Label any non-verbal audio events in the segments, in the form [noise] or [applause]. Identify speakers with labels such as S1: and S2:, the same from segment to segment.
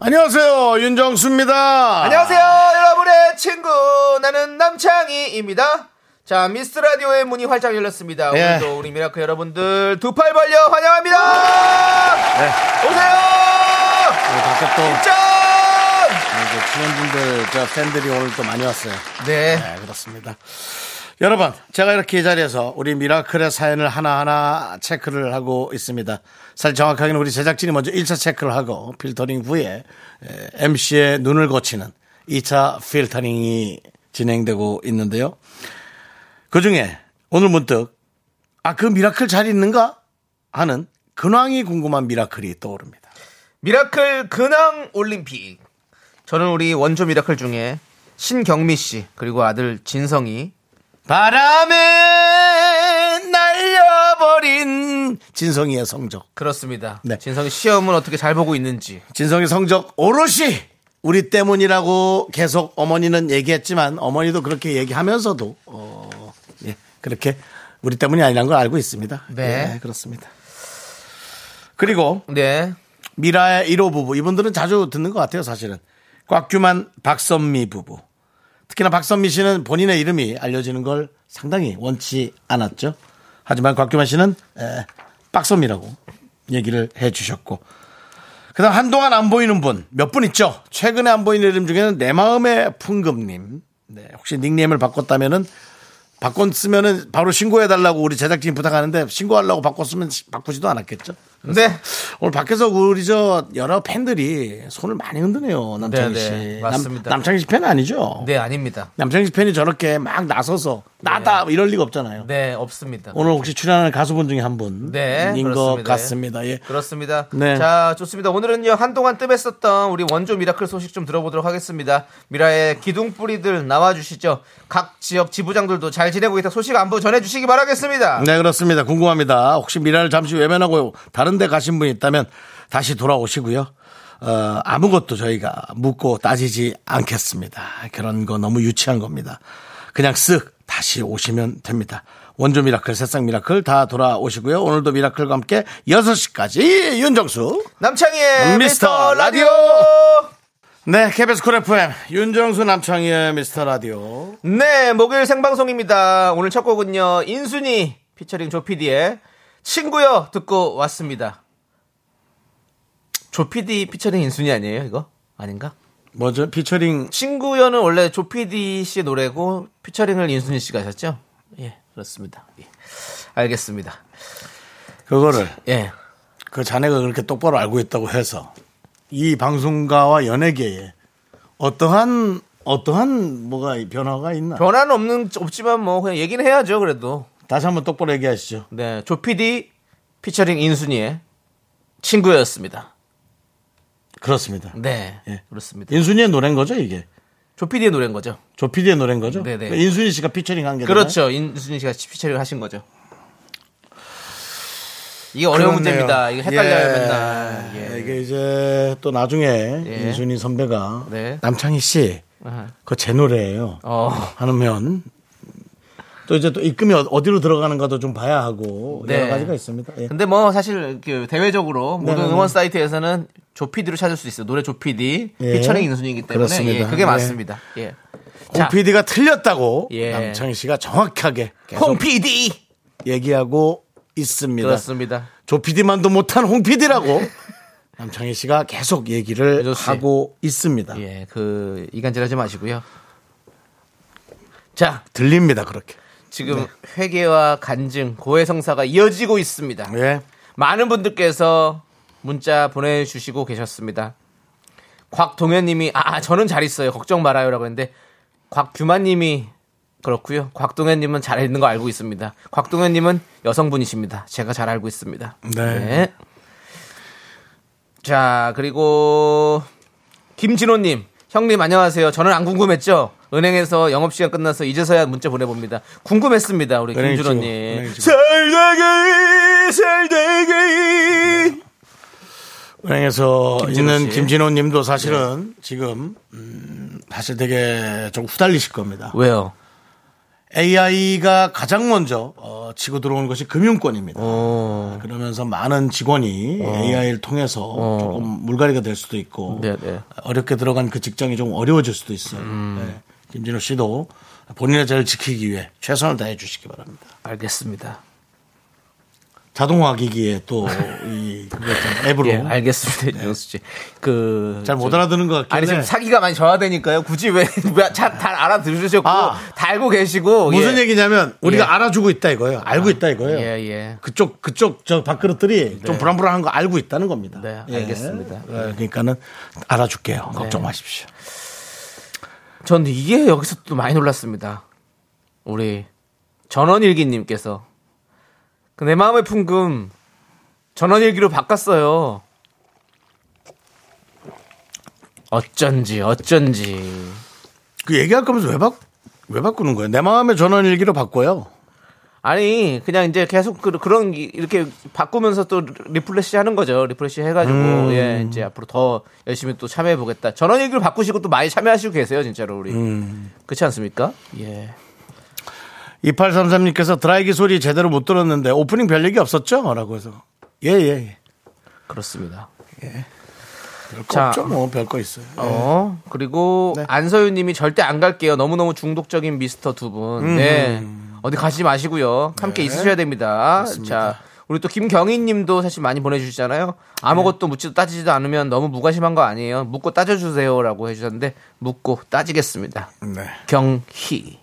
S1: 안녕하세요 윤정수입니다.
S2: 안녕하세요, 여러분의 친구 나는 남창희입니다. 자, 미스 라디오의 문이 활짝 열렸습니다.
S1: 예.
S2: 오늘도 우리 미라클 여러분들 두 팔 벌려 환영합니다. 오세요.
S1: 네, 밖에 또
S2: 짠.
S1: 이제 지원분들 저 팬들이 오늘 또 많이 왔어요.
S2: 네.
S1: 네 그렇습니다. 여러분 제가 이렇게 이 자리에서 우리 미라클의 사연을 하나하나 체크를 하고 있습니다. 사실 정확하게는 우리 제작진이 먼저 1차 체크를 하고 필터링 후에 MC의 눈을 거치는 2차 필터링이 진행되고 있는데요. 그 중에 오늘 문득 아 그 미라클 잘 있는가 하는 근황이 궁금한 미라클이 떠오릅니다.
S2: 미라클 근황 올림픽. 저는 우리 원조 미라클 중에 신경미 씨 그리고 아들 진성이
S1: 바람에 날려버린 진성이의 성적.
S2: 그렇습니다.
S1: 네.
S2: 진성이 시험은 어떻게 잘 보고 있는지.
S1: 진성이 성적 오롯이 우리 때문이라고 계속 어머니는 얘기했지만 어머니도 그렇게 얘기하면서도 어, 예, 그렇게 우리 때문이 아니란 걸 알고 있습니다.
S2: 네.
S1: 예, 그렇습니다. 그리고
S2: 네.
S1: 미라의 1호 부부 이분들은 자주 듣는 것 같아요 사실은 꽉규만 박선미 부부 특히나 박선미 씨는 본인의 이름이 알려지는 걸 상당히 원치 않았죠 하지만 곽규만 씨는 에, 박선미라고 얘기를 해주셨고 그다음 한동안 안 보이는 분 몇 분 있죠 최근에 안 보이는 이름 중에는 내 마음의 풍금님 네, 혹시 닉네임을 바꿨다면은 바꿨으면은 바로 신고해달라고 우리 제작진이 부탁하는데 신고하려고 바꿨으면 바꾸지도 않았겠죠
S2: 네.
S1: 오늘 밖에서 우리 저 여러 팬들이 손을 많이 흔드네요. 남창희
S2: 네,
S1: 씨.
S2: 네,
S1: 남-
S2: 맞습니다.
S1: 남창희 씨 팬은 아니죠?
S2: 네, 아닙니다.
S1: 남창희 씨 팬이 저렇게 막 나서서 나다 이럴 리가 없잖아요.
S2: 네, 없습니다.
S1: 오늘 혹시 출연하는 가수분 중에 한 분인
S2: 네,
S1: 것
S2: 그렇습니다.
S1: 같습니다. 예.
S2: 그렇습니다.
S1: 네.
S2: 자, 좋습니다. 오늘은요, 한동안 뜸했었던 우리 원조 미라클 소식 좀 들어보도록 하겠습니다. 미라의 기둥뿌리들 나와주시죠. 각 지역 지부장들도 잘 지내고 있다 소식 안부 전해주시기 바라겠습니다.
S1: 네, 그렇습니다. 궁금합니다. 혹시 미라를 잠시 외면하고 다른 데 가신 분이 있다면 다시 돌아오시고요. 어, 아무것도 저희가 묻고 따지지 않겠습니다. 그런 거 너무 유치한 겁니다. 그냥 쓱 다시 오시면 됩니다. 원조 미라클, 새싹 미라클 다 돌아오시고요. 오늘도 미라클과 함께 6시까지 윤정수.
S2: 남창희의
S1: 미스터
S2: 미스터 라디오!
S1: 네, KBS 쿨 FM 윤정수 남창희의 미스터 라디오.
S2: 네, 목요일 생방송입니다. 오늘 첫 곡은요, 인순이 피처링 조피디의 친구여 듣고 왔습니다. 조피디 피처링 인순이 아니에요, 이거? 아닌가?
S1: 뭐죠? 피처링
S2: 친구여는 원래 조피디 씨의 노래고 피처링을 인순이 씨가 하셨죠? 예, 그렇습니다. 예. 알겠습니다.
S1: 그거를
S2: 예.
S1: 그 자네가 그렇게 똑바로 알고 있다고 해서 이 방송가와 연예계에 어떠한 어떠한 뭐가 이 변화가 있나
S2: 변화는 없는 없지만 뭐 그냥 얘기는 해야죠, 그래도.
S1: 다시 한번 똑바로 얘기하시죠.
S2: 네, 조피디 피처링 인순이의 친구였습니다.
S1: 그렇습니다.
S2: 네,
S1: 예.
S2: 그렇습니다.
S1: 인순이의 노래인 거죠 이게
S2: 조피디의 노래인 거죠.
S1: 조피디의 노래인 거죠. 그러니까
S2: 네네.
S1: 인순이 씨가 피처링한 게
S2: 그렇죠. 인순이 씨가 피처링을 하신 거죠. 이게
S1: 그렇네요.
S2: 어려운 문제입니다. 이거 헷갈려요,
S1: 예.
S2: 맨날.
S1: 되나요?
S2: 예.
S1: 이게 이제 또 나중에
S2: 예.
S1: 인순이 선배가
S2: 네.
S1: 남창희 씨
S2: 아하.
S1: 그거 제 노래예요.
S2: 어.
S1: 하면 또 이제 또 입금이 어- 어디로 들어가는가도 좀 봐야 하고
S2: 네.
S1: 여러 가지가 있습니다. 예.
S2: 근데 뭐 사실 그 대외적으로 모든
S1: 네네네.
S2: 응원 사이트에서는 조피디로 찾을 수 있어요. 노래 조피디
S1: 예.
S2: 피처링 인순이기 때문에
S1: 그렇습니다.
S2: 예, 그게
S1: 예.
S2: 맞습니다. 예. 자,
S1: 홍 PD가 틀렸다고
S2: 예.
S1: 남창희 씨가 정확하게 계속
S2: 홍 PD
S1: 얘기하고 있습니다.
S2: 그렇습니다.
S1: 조 PD만도 못한 홍 PD라고 [laughs] 남창희 씨가 계속 얘기를
S2: 유조 씨.
S1: 하고 있습니다.
S2: 예, 그 이간질하지 마시고요. 자,
S1: 들립니다 그렇게. 네.
S2: 지금 회개와 간증, 고해성사가 이어지고 있습니다.
S1: 예.
S2: 많은 분들께서 문자 보내주시고 계셨습니다. 곽동현님이 아 저는 잘 있어요 걱정 말아요라고 했는데 곽규만님이 그렇고요. 곽동현님은 잘 있는 거 알고 있습니다. 곽동현님은 여성분이십니다. 제가 잘 알고 있습니다.
S1: 네.
S2: 자 그리고 김진호님 형님 안녕하세요. 저는 안 궁금했죠. 은행에서 영업시간 끝나서 이제서야 문자 보내봅니다. 궁금했습니다. 우리
S1: 은행 친구,
S2: 김주로님.
S1: 은행 친구.
S2: 살되게 살되게
S1: 은행에서
S2: 김진호
S1: 있는
S2: 씨. 네.
S1: 김진호 님도 사실은 지금, 음, 사실 되게 좀 후달리실 겁니다.
S2: 왜요?
S1: AI가 가장 먼저 어, 치고 들어온 것이 금융권입니다.
S2: 어.
S1: 그러면서 많은 직원이 AI를 통해서 조금 물갈이가 될 수도 있고
S2: 네, 음. 네.
S1: 어렵게 들어간 그 직장이 좀 어려워질 수도 있어요. 네. 김진호 씨도 본인의 자를 지키기 위해 최선을 다해 주시기 바랍니다.
S2: 알겠습니다.
S1: 자동화 기기에
S2: [laughs]
S1: 또이 앱으로
S2: 예, 알겠습니다. 윤정수 씨. 그.
S1: 뭐? 네. 잘 못
S2: 좀-
S1: 알아듣는 것 같긴
S2: 아니
S1: 해.
S2: 지금 사기가 많이 저하되니까요. 굳이 [laughs] 왜잘잘 알아들으셨고
S1: 아.
S2: 다 알고 계시고
S1: 무슨
S2: 예.
S1: 얘기냐면 우리가
S2: 예.
S1: 알아주고 있다 이거예요. 알고 있다 이거예요.
S2: 예, 예.
S1: 그쪽 그쪽 저 밥그릇들이 좀 불안불안한 거 알고 있다는 겁니다.
S2: 네,
S1: 예.
S2: 알겠습니다. 네.
S1: 예, 그러니까는 알아줄게요. 걱정 마십시오.
S2: 전 이게 여기서 또 많이 놀랐습니다. 우리 전원일기님께서 그내 마음의 풍금 전원일기로 바꿨어요. 어쩐지 어쩐지
S1: 그 얘기할 거면서 왜, 바, 왜 바꾸는 거예요? 내 마음의 전원일기로 바꿔요.
S2: 아니 그냥 이제 계속 그, 런 이렇게 바꾸면서 또 리플레시 하는 거죠 리플레시 해가지고 예 이제 앞으로 더 열심히 또 참여해 보겠다 전원 얘기를 바꾸시고 또 많이 참여하시고 계세요 진짜로 우리 그렇지 않습니까 예
S1: 2833님께서 드라이기 소리 제대로 못 들었는데 오프닝 별 얘기 없었죠? 라고 해서. 예, 예, 예.
S2: 그렇습니다
S1: 별거
S2: 자.
S1: 없죠? 뭐, 별거 있어요.
S2: 어 그리고
S1: 네.
S2: 안서윤님이 절대 안 갈게요 너무너무 중독적인 미스터 두분네
S1: 음.
S2: 어디 가시지 마시고요
S1: 네.
S2: 함께 있으셔야 됩니다 자 우리 또 김경희님도 사실 많이 보내주시잖아요. 아무것도
S1: 네.
S2: 묻지도 따지지도 않으면 너무 무관심한 거 아니에요. 묻고 따져주세요라고 해주셨는데 묻고 따지겠습니다.
S1: 네.
S2: 경희.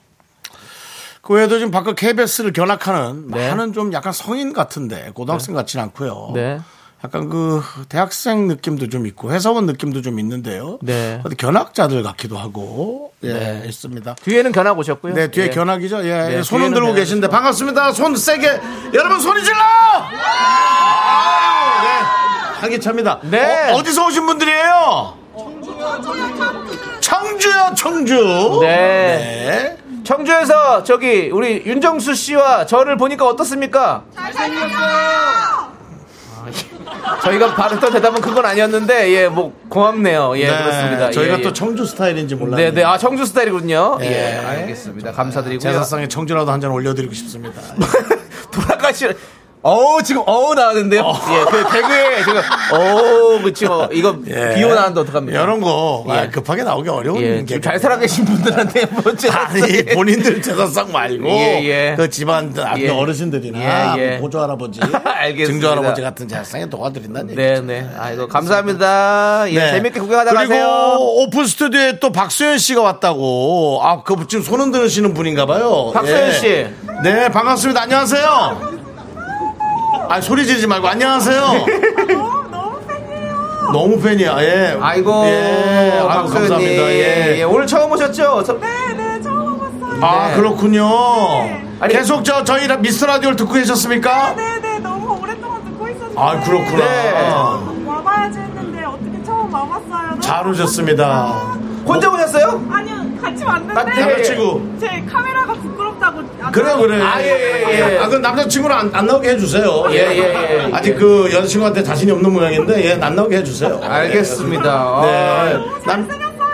S1: 그 외에도 지금 바깥 KBS를 견학하는
S2: 네.
S1: 많은 좀 약간 성인 같은데 고등학생 같진 않고요.
S2: 네.
S1: 약간 그 대학생 느낌도 좀 있고 회사원 느낌도 좀 있는데요.
S2: 네.
S1: 어디 견학자들 같기도 하고 예,
S2: 네.
S1: 있습니다.
S2: 뒤에는 견학 오셨고요.
S1: 네, 뒤에
S2: 예.
S1: 견학이죠. 예,
S2: 네,
S1: 손은
S2: 뒤에는
S1: 들고
S2: 견학이죠.
S1: 계신데 반갑습니다. 손 세게 여러분 소리 질러! 아우, 네, 한기차입니다.
S2: 네.
S1: 어, 디서 오신 분들이에요? 청주요, 청주.
S2: 네. 청주에서 저기 우리 윤정수 씨와 저를 보니까 어떻습니까? 잘생겼어요. 저희가 받았던 대답은 그건 아니었는데 예 뭐 고맙네요. 예
S1: 네,
S2: 그렇습니다.
S1: 저희가
S2: 예,
S1: 또
S2: 예.
S1: 청주 스타일인지 몰랐네요.
S2: 네네 아 청주 스타일이군요. 예,
S1: 예.
S2: 알겠습니다. 감사드리고요.
S1: 제사상에 청주라도 한 잔 올려드리고 싶습니다.
S2: [laughs] 돌아가시. 어우 지금 어우 나왔는데요. 예, 그 개그에 지금 어우 그쵸. 이거
S1: 예.
S2: [laughs] 비오 나왔는데 어떡합니까?
S1: 이런 거 아,
S2: 예.
S1: 급하게 나오기 어려운
S2: 예,
S1: 게.
S2: 지금 잘 살아계신 분들한테 먼저
S1: 아니
S2: [laughs]
S1: 본인들 재산상 말고
S2: 예, 예.
S1: 그 집안 앞에
S2: 예.
S1: 어르신들이나
S2: 예, 예.
S1: 보조 할아버지,
S2: [laughs] 알겠습니다.
S1: 증조 할아버지 같은 재산상에 도와드린다는 얘기죠.
S2: 네네. 아이고 감사합니다. 예,
S1: 네.
S2: 재밌게 구경하다
S1: 그리고
S2: 가세요.
S1: 오픈 스튜디오에 또 박수현 씨가 왔다고. 아, 그 지금 손 흔드시는 분인가 봐요.
S2: 박수현
S1: 예.
S2: 씨.
S1: 네, 반갑습니다. 안녕하세요. 아, 소리 지르지 말고
S2: [laughs]
S1: 안녕하세요. 너무 팬이야. 예.
S2: 아이고
S1: 예. 아유,
S2: 박수현님.
S1: 감사합니다. 예.
S2: 예, 오늘 처음 오셨죠? 저-
S3: 네,
S1: 아,
S2: 네.
S1: 그렇군요.
S2: 아니-
S1: 계속 저 저희 라- 미스터 라디오를 듣고 계셨습니까?
S3: 네네 너무 오랫동안 듣고 있었는데 어,
S1: 아, 그렇구나.
S2: 네.
S3: 와봐야지 했는데 어떻게 처음 와봤어요
S1: 잘 오셨습니다.
S2: 혼자 오셨어요?
S3: 아니요 같이
S2: 아,
S3: 왔는데
S2: 네.
S1: 남자친구.
S3: 제 카메라가 부끄럽다고 네, 안
S1: 그래, 그래.
S2: 아, 예, 예, 예.
S1: 아, 그 남자친구는 안, 안 나오게 해주세요.
S2: 예, 예, 예.
S1: 아직 그 여자친구한테 자신이 없는 모양인데, 예, 안 나오게 해주세요.
S2: 알겠습니다.
S1: 네.
S2: 아,
S1: 남,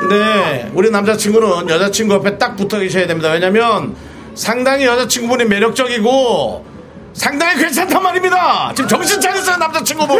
S1: 네. 우리 남자친구는 여자친구 옆에 딱 붙어 계셔야 됩니다. 왜냐면 상당히 여자친구분이 매력적이고 상당히 괜찮단 말입니다. 지금 정신 차리세요, 남자친구분.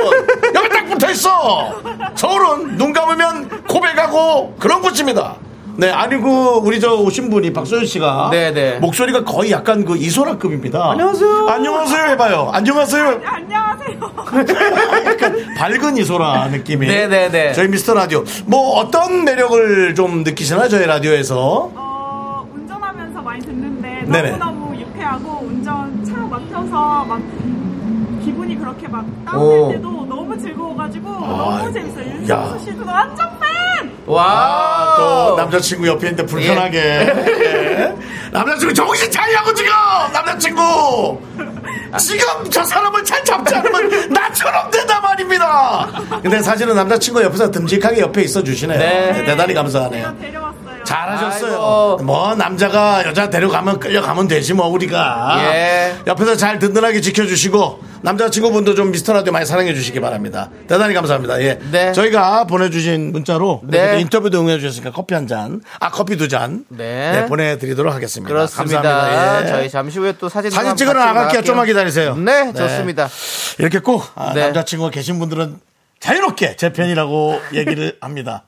S1: 옆에 딱 붙어 있어. 서울은 눈 감으면 고백하고 그런 곳입니다. 네, 아니, 그, 우리 저 오신 분이 박소연 씨가.
S2: 네, 네.
S1: 목소리가 거의 약간 그 이소라급입니다.
S2: 안녕하세요.
S1: 안녕하세요 해봐요. 안녕하세요.
S3: 안녕하세요 [laughs]
S1: 약간 밝은 이소라 느낌이.
S2: 네네네.
S1: 저희 미스터 라디오. 뭐 어떤 매력을 좀 느끼시나요? 저희 라디오에서.
S3: 어, 운전하면서 많이 듣는데
S1: 네네.
S3: 너무너무 유쾌하고 운전 차 막혀서 막 기분이 그렇게 막
S2: 오.
S3: 다운될 때도 너무 즐거워가지고
S1: 아이고,
S3: 너무 재밌어요
S1: 야.
S3: 윤정수 씨도 완전 팬
S2: 와.
S1: 아, 또 남자친구 옆에 있는데 불편하게. 예. 남자친구 정신 차리라고 지금! 남자친구! 지금 저 사람을 잘 잡지 않으면 나처럼 되다 마! 말입니다. 근데 사실은 남자친구 옆에서 듬직하게 옆에 있어 주시네요.
S2: 네.
S1: 대단히 감사하네요.
S3: 제가 데려왔어요.
S1: 잘하셨어요.
S2: 아이고.
S1: 뭐 남자가 여자 데려가면 끌려가면 되지 뭐 우리가
S2: 예.
S1: 옆에서 잘 든든하게 지켜주시고 남자친구분도 좀 미스터라디오 많이 사랑해 주시기 바랍니다. 대단히 감사합니다. 예.
S2: 네.
S1: 저희가 보내주신 문자로
S2: 네.
S1: 이렇게 또 인터뷰도 응해 주셨으니까 커피 한 잔, 아 커피 두 잔,
S2: 네.
S1: 보내드리도록 하겠습니다.
S2: 그렇습니다.
S1: 감사합니다. 예.
S2: 저희 잠시 후에 또 사진
S1: 사진
S2: 한번
S1: 찍으러
S2: 같이
S1: 나갈게요.
S2: 나갈게요.
S1: 좀만 기다리세요.
S2: 네, 좋습니다.
S1: 이렇게 꼭 아,
S2: 네.
S1: 남자친구가 계신 분들은 자유롭게 제
S2: [laughs]
S1: 편이라고 얘기를 합니다.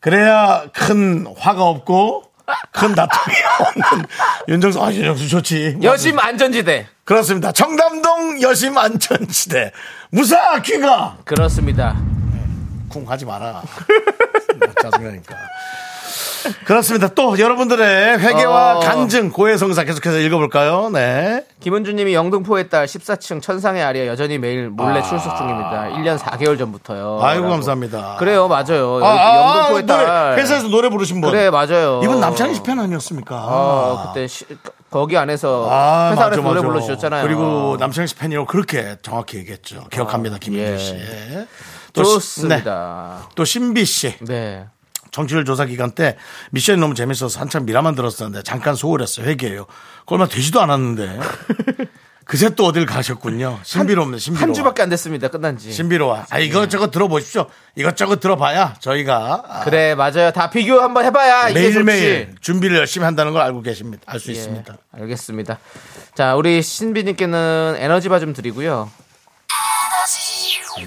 S1: 그래야 큰 화가 없고 큰 다툼이 [laughs] 없는 윤정수, 아, 윤정수 좋지.
S2: 여심 안전지대.
S1: 그렇습니다. 청담동 여심 안전지대. 무사 귀가!
S2: 그렇습니다.
S1: 쿵 하지 마라. [laughs] 짜증나니까. 그렇습니다. 또 여러분들의 회개와
S2: 어.
S1: 간증, 고해성사 계속해서 읽어볼까요? 네.
S2: 김은주님이 영등포의 딸 14층 천상의 아리에 여전히 매일 몰래 출석 중입니다. 1년 4개월 전부터요.
S1: 아이고,
S2: 라고.
S1: 감사합니다.
S2: 그래요, 맞아요. 여기
S1: 아, 아, 아,
S2: 어, 영등포의 딸.
S1: 노래, 회사에서 노래 부르신 분.
S2: 그래, 맞아요.
S1: 이분 남창희 씨편 아니었습니까?
S2: 어, 그때 시- 거기 안에서
S1: 아,
S2: 회사
S1: 맞아,
S2: 안에서 노래
S1: 맞아.
S2: 불러주셨잖아요.
S1: 그리고 남창희 씨 팬이라고 그렇게 정확히 얘기했죠. 기억합니다, 김민주
S2: 예.
S1: 씨. 예. 또 시-
S2: 좋습니다.
S1: 네. 또 신비 씨.
S2: 네.
S1: 정치율 조사 기간 때 미션이 너무 재밌어서 한참 미라만 들었었는데 잠깐 소홀했어요. 회개해요. 그 얼마 되지도 않았는데.
S2: [laughs]
S1: 그새 또 어딜 가셨군요. 신비로움네, 신비로워.
S2: 한 주밖에 안 됐습니다. 끝난 지.
S1: 신비로워. 아, 이것저것 들어보십시오. 이것저것 들어봐야 저희가 아,
S2: 그래, 맞아요. 다 비교 한번 해봐야 이게 좋지.
S1: 매일매일 준비를 열심히 한다는 걸 알고 계십니다. 알 수
S2: 예,
S1: 있습니다.
S2: 알겠습니다. 자, 우리 신비님께는 에너지바 좀 드리고요.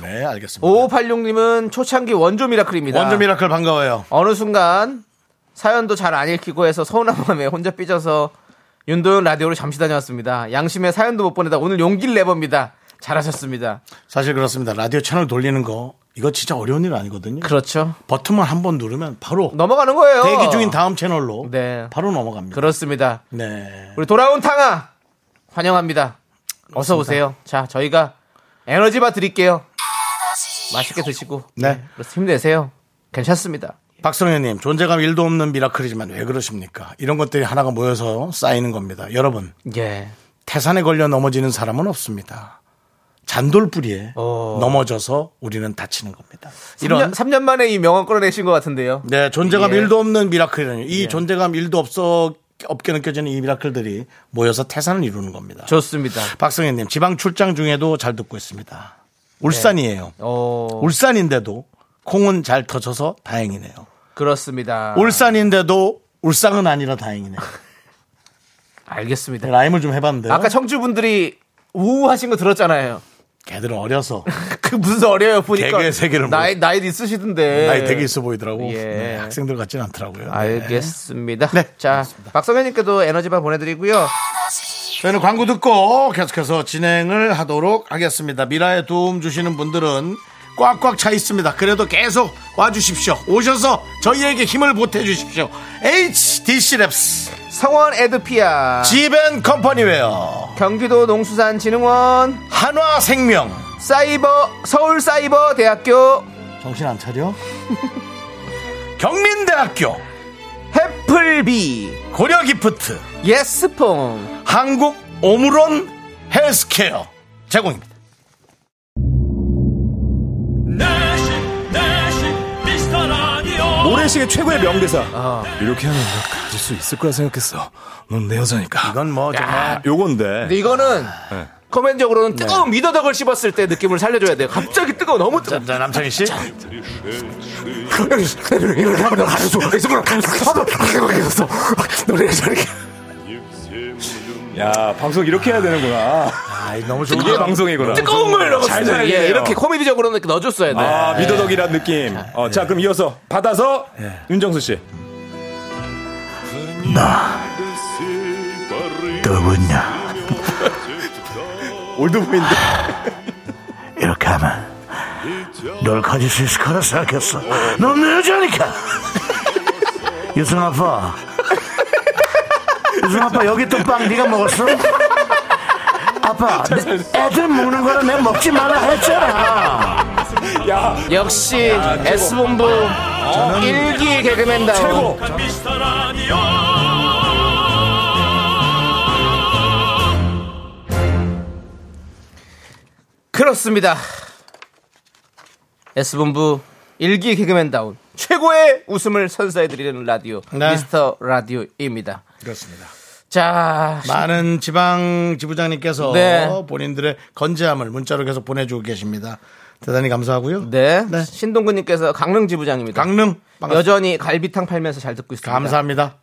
S1: 네, 알겠습니다.
S2: 5586님은 초창기 원조 미라클입니다.
S1: 원조 미라클 반가워요.
S2: 어느 순간 사연도 잘 안 읽히고 해서 서운한 마음에 혼자 삐져서 윤도현 라디오를 잠시 다녀왔습니다. 양심에 사연도 못 보내다 오늘 용기를 내봅니다. 잘하셨습니다.
S1: 사실 그렇습니다. 라디오 채널 돌리는 거 이거 진짜 어려운 일 아니거든요.
S2: 그렇죠.
S1: 버튼만 한 번 누르면 바로
S2: 넘어가는 거예요.
S1: 대기 중인 다음 채널로
S2: 네.
S1: 바로 넘어갑니다.
S2: 그렇습니다.
S1: 네.
S2: 우리 돌아온 탕아 환영합니다. 어서 오세요. 자, 저희가 에너지바 드릴게요. 맛있게 드시고
S1: 네.
S2: 그래서 힘내세요. 괜찮습니다.
S1: 박성현님 존재감 1도 없는 미라클이지만 왜 그러십니까? 이런 것들이 하나가 모여서 쌓이는 겁니다. 여러분
S2: 예.
S1: 태산에 걸려 넘어지는 사람은 없습니다. 잔돌뿌리에
S2: 어.
S1: 넘어져서 우리는 다치는 겁니다.
S2: 이런 3년, 만에 이 명언 끌어내신 것 같은데요.
S1: 네, 존재감
S2: 예.
S1: 일 1도 없는 미라클이라니. 이 존재감 1도 없어 없게 느껴지는 이 미라클들이 모여서 태산을 이루는 겁니다.
S2: 좋습니다.
S1: 박성현님 지방 출장 중에도 잘 듣고 있습니다. 울산이에요.
S2: 어,
S1: 울산인데도 콩은 잘 터져서 다행이네요.
S2: 그렇습니다.
S1: 울산인데도 울상은 아니라 다행이네요.
S2: 알겠습니다.
S1: 라임을 좀 해봤는데
S2: 아까 청주분들이 우우하신 거 들었잖아요. [laughs]
S1: 걔들은 어려서
S2: 그 무슨 어려요 보니까
S1: 개그의 세계를
S2: 나이 나이 있으시던데
S1: 나이 되게 있어 보이더라고.
S2: 네. 예.
S1: 네, 학생들 같진 않더라고요. 네.
S2: 알겠습니다.
S1: 네,
S2: 자, 박성현님께도 에너지바 보내드리고요.
S1: 저희는 광고 듣고 계속해서 진행을 하도록 하겠습니다. 미라에 도움 주시는 분들은 꽉꽉 차 있습니다. 그래도 계속 와주십시오. 오셔서 저희에게 힘을 보태 주십시오. HDC 랩스
S2: 성원 에드피아,
S1: 지벤 컴퍼니웨어
S2: 경기도 농수산진흥원,
S1: 한화생명
S2: 사이버 서울사이버대학교
S1: 정신 안 차려? [laughs] 경민대학교
S2: 해플비
S1: 고려기프트
S2: 예스폼
S1: 한국 오므론 헬스케어 제공입니다.
S4: 내식 내식 미스터 라디오
S5: 모래시계 최고의 명대사. 이렇게 하면 너 가질 수 있을 거라 생각했어. 넌 내 여자니까.
S1: 이건 뭐 정말
S5: 요건데.
S2: 근데 이거는
S1: 네.
S2: 코멘적으로는 뜨거운 미더덕을 씹었을 때 느낌을 살려줘야 돼요. 갑자기 뜨거워 너무 뜨거워.
S1: 네. 자, 남창희 씨
S5: 야, 방송 이렇게 해야 되는구나.
S1: 아이, 너무 좋은
S5: 이게 방송이구나.
S2: 뜨거운 걸
S5: 잘
S2: 넣었어요.
S5: 살리네요.
S2: 예, 이렇게 코미디적으로는 이렇게 넣어줬어야 돼.
S1: 네.
S5: 아, 미더덕이란 느낌. 어, 자, 그럼 이어서 받아서 윤정수 씨.
S1: 누구냐
S5: 올드보인데.
S1: 이렇게 하면 널 가질 수 있을 거라 생각했어 넌 내 여자니까 [laughs] 유승 아빠 [laughs] 유승 아빠 여기 또 빵 네가 먹었어? 아빠 내 애들 먹는 거라 내가 먹지 말라 했잖아
S5: 야,
S2: 역시 S본부
S1: 아.
S2: 일기 개그맨다운
S5: 최고.
S4: 미스터 라디오
S2: 그렇습니다. S본부 일기 개그맨다운 최고의 웃음을 선사해드리는 라디오
S1: 네.
S2: 미스터 라디오입니다.
S1: 그렇습니다.
S2: 자,
S1: 많은 지방 지부장님께서
S2: 네.
S1: 본인들의 건재함을 문자로 계속 보내주고 계십니다. 대단히 감사하고요.
S2: 네,
S1: 네.
S2: 신동근님께서 강릉 지부장입니다.
S1: 강릉 반갑습니다.
S2: 여전히 갈비탕 팔면서 잘 듣고 있습니다.
S1: 감사합니다.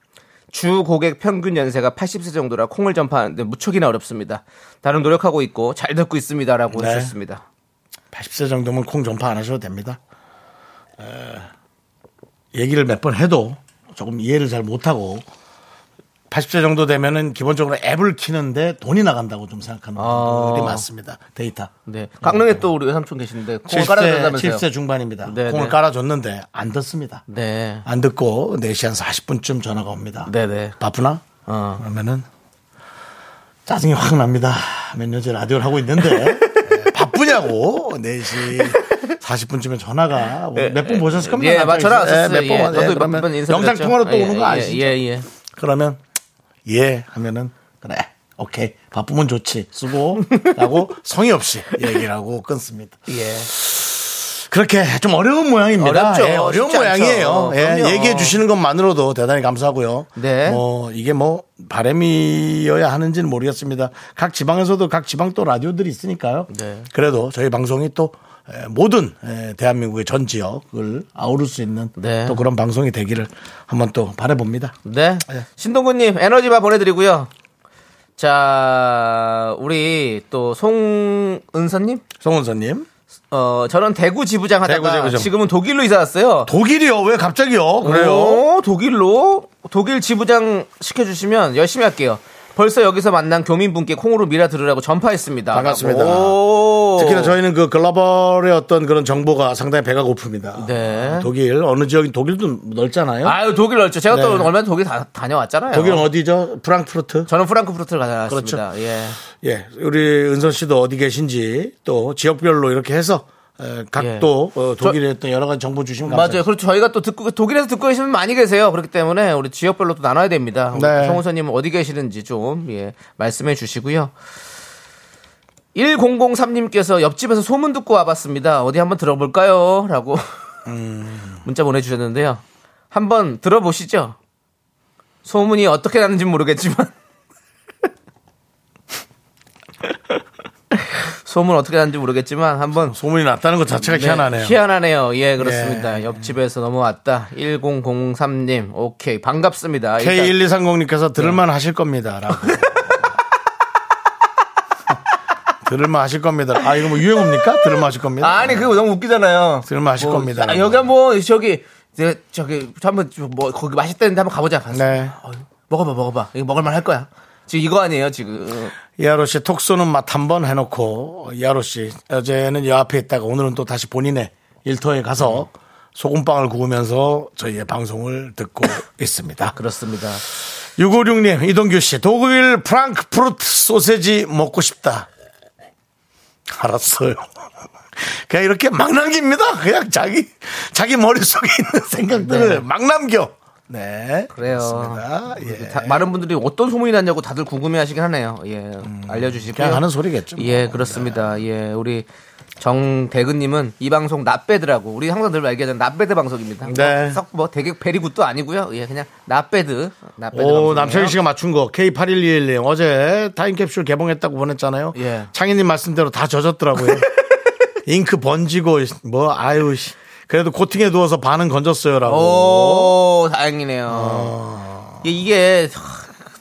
S2: 주 고객 평균 연세가 80세 정도라 콩을 전파하는데 무척이나 어렵습니다. 나름 노력하고 있고 잘 듣고 있습니다라고
S1: 네.
S2: 하셨습니다.
S1: 80세 정도면 콩 전파 안 하셔도 됩니다. 에, 얘기를 몇 번 해도 조금 이해를 잘 못하고 80세 정도 되면은 기본적으로 앱을 키는데 돈이 나간다고 좀 생각하는 분들이
S2: 아.
S1: 많습니다. 데이터.
S2: 네, 강릉에 또 우리 외삼촌 계시는데 콩을
S1: 70세,
S2: 깔아준다면서요?
S1: 70세 중반입니다.
S2: 네,
S1: 콩을
S2: 네.
S1: 깔아줬는데 안 듣습니다.
S2: 네,
S1: 안 듣고 4시 한 40분쯤 전화가 옵니다.
S2: 네네.
S1: 바쁘나?
S2: 어.
S1: 그러면은 짜증이 확 납니다. 몇 년째 라디오를 하고
S2: [laughs]
S1: 있는데 네, 바쁘냐고 4시 40분쯤에 전화가 뭐 몇 분 보셨을 겁니다.
S2: 네. 예, 맞춰라.
S1: 예,
S2: 왔었어요.
S1: 몇 번.
S2: 예,
S1: 예,
S2: 저도
S1: 그러면
S2: 몇번 인사
S1: 영상 통화로 또 오는 거 아시죠?
S2: 예, 예.
S1: 그러면 예 하면은 그래 오케이 바쁘면 좋지 수고라고 성의 없이 얘기를 하고 끊습니다.
S2: 예.
S1: 그렇게 좀 어려운 모양입니다.
S2: 어렵죠.
S1: 예, 어려운
S2: 쉽지 않죠.
S1: 모양이에요. 예,
S2: 그럼요.
S1: 얘기해 주시는 것만으로도 대단히 감사하고요.
S2: 네.
S1: 뭐 이게 뭐 바람이어야 하는지는 모르겠습니다. 각 지방에서도 각 지방 또 라디오들이 있으니까요.
S2: 네.
S1: 그래도 저희 방송이 또 에, 모든 에, 대한민국의 전 지역을 아우를 수 있는
S2: 네.
S1: 또 그런 방송이 되기를 한번 또 바라봅니다.
S2: 네.
S1: 예.
S2: 신동구님 에너지바 보내드리고요. 자, 우리 또 송은서님?
S1: 송은서님.
S2: 어, 저는 대구 지부장 하다가
S1: 대구 지부장.
S2: 지금은 독일로 이사 왔어요.
S1: 독일이요? 왜 갑자기요? 그래요?
S2: 오, 독일로? 독일 지부장 시켜주시면 열심히 할게요. 벌써 여기서 만난 교민분께 콩으로 미라 들으라고 전파했습니다.
S1: 반갑습니다.
S2: 오.
S1: 특히나 저희는 그 글로벌의 어떤 그런 정보가 상당히 배가 고픕니다.
S2: 네.
S1: 독일 어느 지역인 독일도 넓잖아요.
S2: 아유, 네. 독일 넓죠. 제가
S1: 네.
S2: 또 얼마 전에 독일 다, 다녀왔잖아요.
S1: 독일 어디죠? 프랑크푸르트.
S2: 저는 프랑크푸르트를 가다왔습니다. 예.
S1: 예, 우리 은선 씨도 어디 계신지 또 지역별로 이렇게 해서 에, 각도
S2: 예.
S1: 어, 독일의 어떤 여러 가지 정보 주시면
S2: 맞아요.
S1: 감사합니다.
S2: 그렇죠. 저희가 또 듣고 독일에서 듣고 계시는 분 많이 계세요. 그렇기 때문에 우리 지역별로 또 나눠야 됩니다. 우리
S1: 네.
S2: 성우선님은 어디 계시는지 좀 예, 말씀해 주시고요. 1003님께서 옆집에서 소문 듣고 와봤습니다. 어디 한번 들어볼까요? 라고
S1: 음.
S2: 문자 보내주셨는데요. 한번 들어보시죠. 소문이 어떻게 나는지 모르겠지만 [laughs] 소문 어떻게 나는지 모르겠지만 한번
S1: 소문이 났다는 것 자체가 희한하네요.
S2: 희한하네요. 예, 그렇습니다. 옆집에서 넘어왔다. 1003님. 오케이. 반갑습니다. 네. 일단
S1: K1230님께서 들을만 하실 겁니다. 라고. [laughs] 들을만 하실 겁니다. 아, 이거 뭐 유행어입니까? 들을만 하실 겁니다.
S2: 아니, 그거 너무 웃기잖아요.
S1: 들을만 하실
S2: 뭐,
S1: 겁니다.
S2: 아, 여기 한번 저기 이제 저기 한번 좀 뭐 거기 맛있다는데 한번 가보자. 가서.
S1: 네.
S2: 어휴, 먹어봐, 먹어봐. 이거 먹을만 할 거야. 지금 이거 아니에요, 지금.
S1: 이하로 씨 톡 쏘는 맛 한 번 해놓고 이하로 씨 어제는 여 앞에 있다가 오늘은 또 다시 본인의 일터에 가서 소금빵을 구우면서 저희의 방송을 듣고 [laughs] 있습니다.
S2: 그렇습니다.
S1: 656님 이동규 씨 독일 프랑크푸르트 소세지 먹고 싶다. 알았어요. [laughs] 그냥 이렇게 막 남깁니다. 그냥 자기 자기 머릿속에 있는 생각들을
S2: 네.
S1: 막 남겨. 네.
S2: 그래요.
S1: 그렇습니다. 예.
S2: 다- 많은 분들이 어떤 소문이 났냐고 다들 궁금해하시긴 하네요. 예, 알려주시고요.
S1: 음, 그냥 하는 소리겠죠. 뭐. 네.
S2: 예, 그렇습니다. 예, 우리 정대근님은 이 방송 나빼드라고 우리 항상 늘 얘기하잖아요. 나빼드 방송입니다.
S1: 네.
S2: 뭐, 썩뭐 되게 베리굿도 아니고요. 예, 그냥 나빼드. 나빼드
S1: 오,
S2: 방송이에요.
S1: 남창희 씨가 맞춘 거. K8121님. 어제 타임캡슐 개봉했다고 보냈잖아요.
S2: 예.
S1: 창희님 말씀대로 다
S2: [laughs]
S1: 젖었더라고요. 잉크 번지고, 뭐, 아유, 씨. 그래도 코팅에 누워서 반은 건졌어요라고.
S2: 오, 다행이네요.
S1: 어.
S2: 예, 이게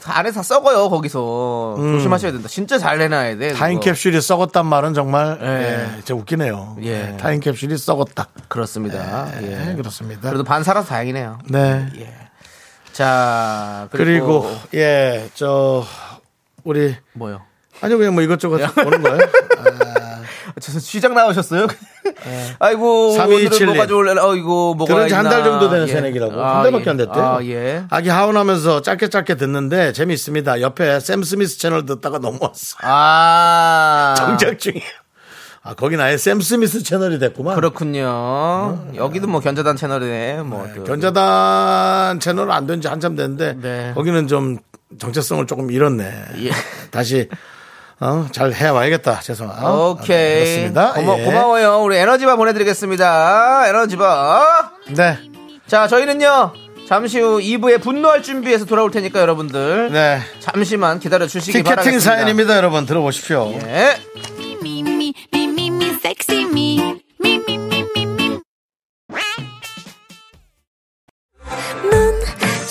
S2: 하, 안에서 다 썩어요. 거기서 조심하셔야 된다. 진짜 잘 해놔야 돼. 그거.
S1: 음. 타임캡슐이 썩었단 말은 정말,
S2: 예.
S1: 예, 진짜 웃기네요.
S2: 예.
S1: 예, 타임캡슐이 썩었다.
S2: 그렇습니다.
S1: 예,
S2: 예.
S1: 그렇습니다.
S2: 그래도 반 살아서 다행이네요.
S1: 네.
S2: 자,
S1: 그리고,
S2: 그리고,
S1: 예, 저, 우리,
S2: 뭐요?
S1: 아니, 그냥 뭐 이것저것 보는 거예요.
S2: [laughs] 저 아, 시장 나오셨어요? [laughs] 아이고 오늘은
S1: 3227 님.
S2: 뭐가 좋을래? 어이고 뭐가
S1: 네. 들은 지 한 달
S2: 있나.
S1: 정도 되는
S2: 예.
S1: 새내기라고.
S2: 아,
S1: 한 달밖에
S2: 예.
S1: 안 됐대요.
S2: 아 예.
S1: 기 하원하면서 짧게 짧게 듣는데 재미있습니다. 옆에 샘 스미스 채널 듣다가 넘어왔어.
S2: 아
S1: 정작 중이에요. 아, 거긴 아예 샘 스미스 채널이 됐구만.
S2: 그렇군요.
S1: 음.
S2: 여기도 뭐 견자단 채널이네. 뭐 그-
S1: 견자단 채널 안 된 지 한참 됐는데
S2: 네.
S1: 거기는 좀 정체성을 조금 잃었네.
S2: 예.
S1: 다시
S3: 어, 잘 해와야겠다.
S1: 아,
S3: 죄송합니다.
S1: 어? 네,
S2: 오케이.
S3: 그렇습니다.
S2: 고마,
S3: 예.
S2: 고마워요. 우리 에너지바 보내드리겠습니다. 에너지바.
S3: 네.
S2: 자, 저희는요. 잠시 후 2부에 분노할 준비해서 돌아올 테니까 여러분들.
S3: 네.
S2: 잠시만 기다려 주시기 바라겠습니다.
S3: 티켓팅 사연입니다, 여러분. 들어보십시오.
S2: 예.
S6: me, me, me, me, me, sexy me. Me, me, me, me, me. 넌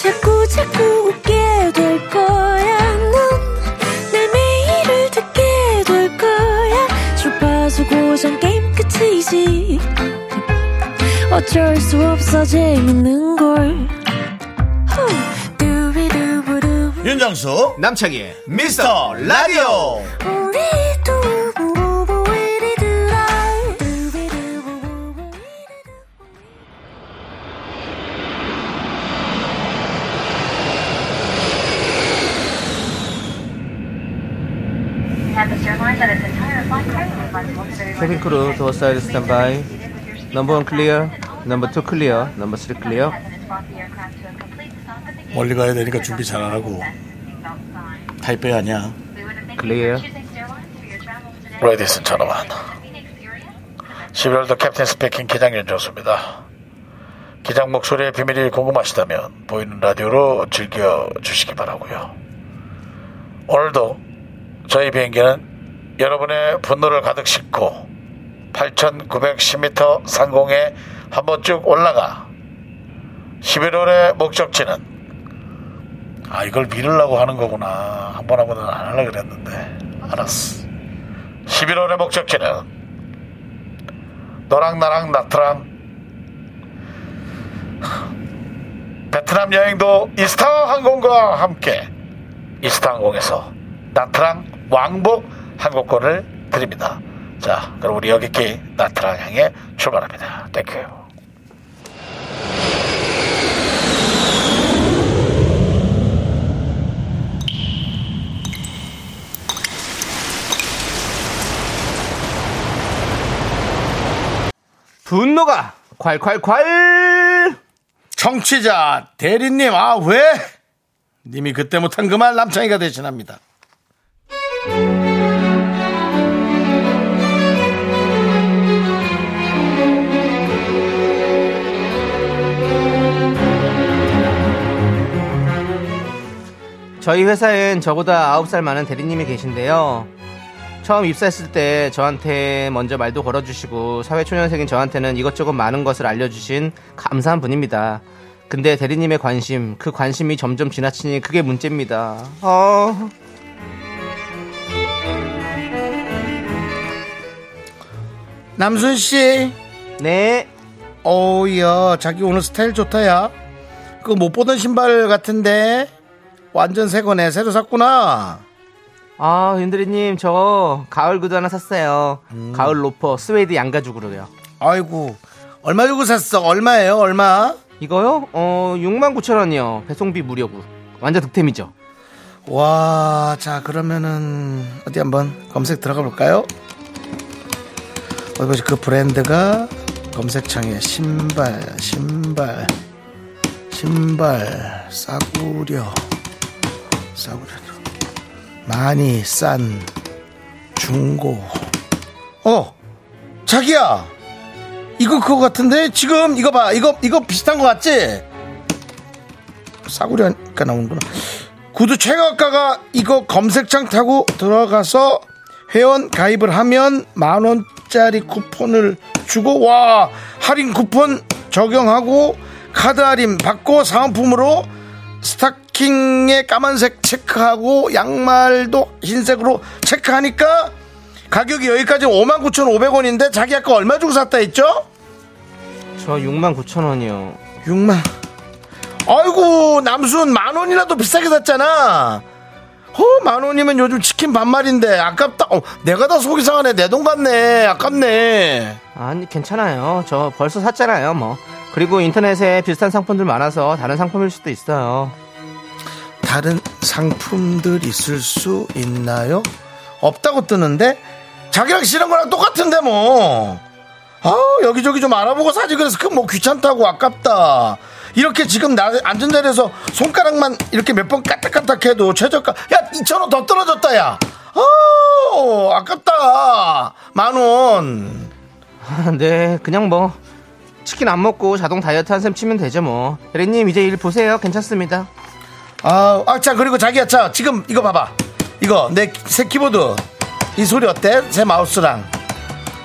S6: 자꾸, 자꾸 웃게 될 거야. 넌내 매일을 듣게 될 거야. 주파수 고정 게임 끝이지. 어쩔 수 없어, 재밌는 걸. 후. 두비두부두.
S3: 윤정수.
S2: 남창희의 미스터 라디오.
S6: 우리 두부부부 우리들아. 두비두부부부 우리들아.
S2: 케빈 크루 도어 사이드 스탠바이. 넘버 원 클리어. 넘버 투 클리어. 넘버 쓰리 클리어.
S3: 멀리 가야 되니까 준비 잘 안 하고. 타이페이 아니야.
S2: 클리어.
S3: 레이디슨 전화만. 11월도 캡틴 스피킹 기장 윤정수입니다. 기장 목소리의 비밀이 궁금하시다면 보이는 라디오로 즐겨주시기 바라고요. 오늘도 저희 비행기는 여러분의 분노를 가득 싣고 8,910m 상공에 한번 쭉 올라가 11월의 목적지는 아 이걸 미루려고 하는 거구나 한 번 한번은 안 하려고 그랬는데 알았어 11월의 목적지는 너랑 나랑 나트랑 베트남 여행도 이스타 항공과 함께 이스타 항공에서 나트랑 왕복 항공권을 드립니다. 자, 그럼 우리 여객기 나트랑 향해 출발합니다. 땡큐.
S2: 분노가 콸콸콸.
S3: 청취자 대리님 아 왜? 님이 그때 못한 그 말 남창이가 대신합니다.
S2: 저희 회사엔 저보다 9살 많은 대리님이 계신데요. 처음 입사했을 때 저한테 먼저 말도 걸어주시고 사회초년생인 저한테는 이것저것 많은 것을 알려주신 감사한 분입니다. 근데 대리님의 관심, 그 관심이 점점 지나치니 그게 문제입니다. 어...
S3: 남순 씨,
S2: 네.
S3: 어우야 자기 오늘 스타일 좋다야. 그거 못 보던 신발 같은데 완전 새 거네 새로 샀구나.
S2: 아, 윤대리님, 저 가을 구두 하나 샀어요. 가을 로퍼, 스웨이드 양가죽으로요.
S3: 아이고 얼마 주고 샀어? 얼마예요? 얼마?
S2: 이거요? 어, 69,000원이요. 배송비 무료고. 완전 득템이죠.
S3: 와, 자 그러면은 어디 한번 검색 들어가 볼까요? 어디 보시 그 브랜드가 검색창에 신발, 신발, 신발 싸구려, 싸구려, 많이 싼 중고. 어, 자기야, 이거 그거 같은데 지금 이거 봐, 이거 이거 비슷한 거 같지? 싸구려니까 나오는구나. 구두 최저가가 이거 검색창 타고 들어가서 회원 가입을 하면 만 원짜리 쿠폰을 주고 와 할인 쿠폰 적용하고 카드 할인 받고 사은품으로 스타킹에 까만색 체크하고 양말도 흰색으로 체크하니까 가격이 여기까지 59,500원인데 자기 아까 얼마 주고 샀다 했죠?
S2: 저 69,000원이요.
S3: 6만. 아이고, 남순 만 원이라도 비싸게 샀잖아. 허, 만 원이면 요즘 치킨 반말인데, 아깝다. 어, 내가 다 속이 상하네. 내 돈 같네. 아깝네.
S2: 아니 괜찮아요. 저 벌써 샀잖아요. 뭐 그리고 인터넷에 비슷한 상품들 많아서 다른 상품일 수도 있어요.
S3: 다른 상품들 있을 수 있나요? 없다고 뜨는데? 자기랑 싫은 거랑 똑같은데, 뭐. 아 여기저기 좀 알아보고 사지. 그래서 그 뭐 귀찮다고 아깝다. 이렇게 지금 나 앉은 자리에서 손가락만 이렇게 몇 번 까딱까딱 해도 최저가. 야, 2,000원 더 떨어졌다, 야. 아, 아깝다. 만 원.
S2: 아, 네, 그냥 뭐 치킨 안 먹고 자동 다이어트 한 셈 치면 되죠 뭐. 대리님 이제 일 보세요. 괜찮습니다.
S3: 아, 아, 자, 그리고 자기야, 자, 지금 이거 봐봐. 이거, 내, 새 키보드. 이 소리 어때? 새 마우스랑.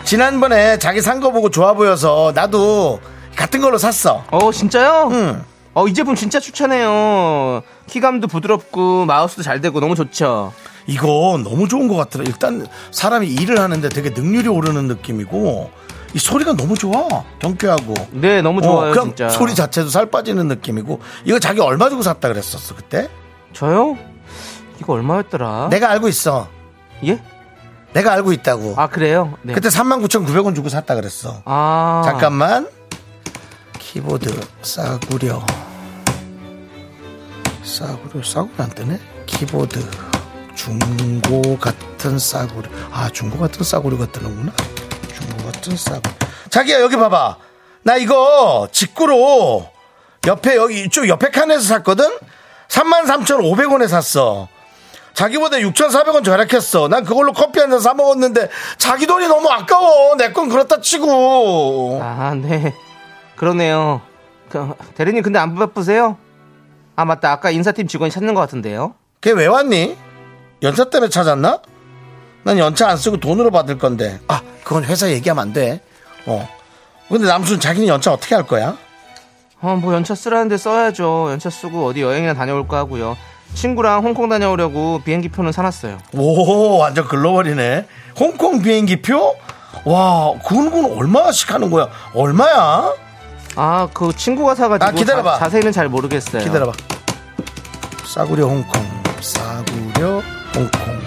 S3: 지난번에 자기 산 거 보고 좋아 보여서 나도 같은 걸로 샀어.
S2: 어 진짜요?
S3: 응.
S2: 어 이 제품 진짜 추천해요. 키감도 부드럽고 마우스도 잘 되고 너무 좋죠.
S3: 이거 너무 좋은 것 같더라. 일단 사람이 일을 하는데 되게 능률이 오르는 느낌이고 이 소리가 너무 좋아. 경쾌하고.
S2: 네, 너무 좋아요,
S3: 어, 그냥
S2: 진짜.
S3: 소리 자체도 살 빠지는 느낌이고 이거 자기 얼마 주고 샀다 그랬었어 그때?
S2: 저요? 이거 얼마였더라?
S3: 내가 알고 있어.
S2: 예?
S3: 내가 알고 있다고.
S2: 아 그래요? 네.
S3: 그때 39,900원 주고 샀다 그랬어.
S2: 아
S3: 잠깐만. 키보드 싸구려. 싸구려 싸구려 안 뜨네. 키보드 중고 같은 싸구려. 아 중고 같은 싸구려가 뜨는구나. 중고 같은 싸구려. 자기야 여기 봐봐. 나 이거 직구로 옆에 여기 이쪽 옆에 칸에서 샀거든. 33,500원에 샀어. 자기보다 6,400원 절약했어. 난 그걸로 커피 한 잔 사 먹었는데 자기 돈이 너무 아까워. 내 건 그렇다 치고.
S2: 아, 네. 그러네요. 그, 대리님, 근데 안 바쁘세요? 아, 맞다. 아까 인사팀 직원이 찾는 것 같은데요?
S3: 걔 왜 왔니? 연차 때문에 찾았나? 난 연차 안 쓰고 돈으로 받을 건데. 아, 그건 회사 얘기하면 안 돼. 어. 근데 남순 자기는 연차 어떻게 할 거야?
S2: 어, 뭐 연차 쓰라는데 써야죠. 연차 쓰고 어디 여행이나 다녀올까 하고요. 친구랑 홍콩 다녀오려고 비행기 표는 사놨어요.
S3: 오, 완전 글로벌이네. 홍콩 비행기표? 와, 그건 그건 얼마씩 하는 거야? 얼마야?
S2: 아, 그 친구가 사가지고
S3: 아, 기다려봐.
S2: 자, 세히는잘 모르겠어요.
S3: 기다려봐. 싸구려 홍콩, 싸구려 홍콩.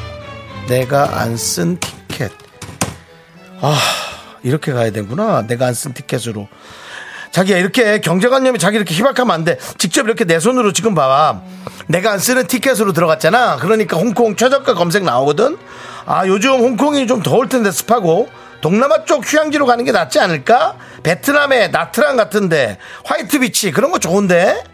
S3: 내가 안 쓴 티켓. 아, 이렇게 가야 되구나. 내가 안 쓴 티켓으로. 자기야, 이렇게 경제관념이 자기 이렇게 희박하면 안 돼. 직접 이렇게 내 손으로 지금 봐봐. 내가 안 쓰는 티켓으로 들어갔잖아. 그러니까 홍콩 최저가 검색 나오거든. 아, 요즘 홍콩이 좀 더울 텐데 습하고. 동남아 쪽 휴양지로 가는 게 낫지 않을까? 베트남의 나트랑 같은데, 화이트 비치, 그런 거 좋은데?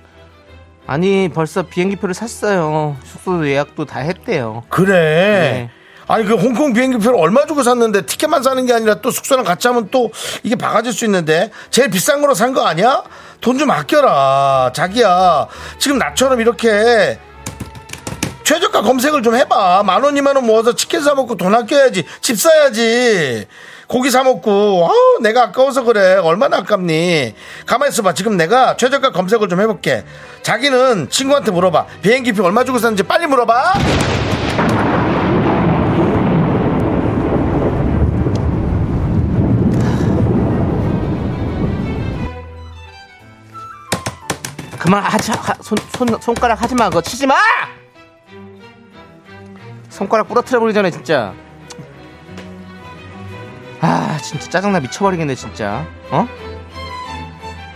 S2: 아니, 벌써 비행기 표를 샀어요. 숙소도 예약도 다 했대요.
S3: 그래.
S2: 네.
S3: 아니 그 홍콩 비행기표를 얼마 주고 샀는데 티켓만 사는 게 아니라 또 숙소랑 같이 하면 또 이게 박아질 수 있는데 제일 비싼 거로 산 거 아니야? 돈 좀 아껴라 자기야 지금 나처럼 이렇게 최저가 검색을 좀 해봐 만 원, 이만 원 모아서 치킨 사 먹고 돈 아껴야지 집 사야지 고기 사 먹고 아우 내가 아까워서 그래 얼마나 아깝니 가만 있어봐 지금 내가 최저가 검색을 좀 해볼게 자기는 친구한테 물어봐 비행기표 얼마 주고 샀는지 빨리 물어봐
S2: 그만 하자. 하- 손, 손, 손가락 하지 마. 그거 치지 마! 손가락 부러뜨려 버리잖아 진짜. 아, 진짜 짜증나 미쳐버리겠네, 진짜. 어?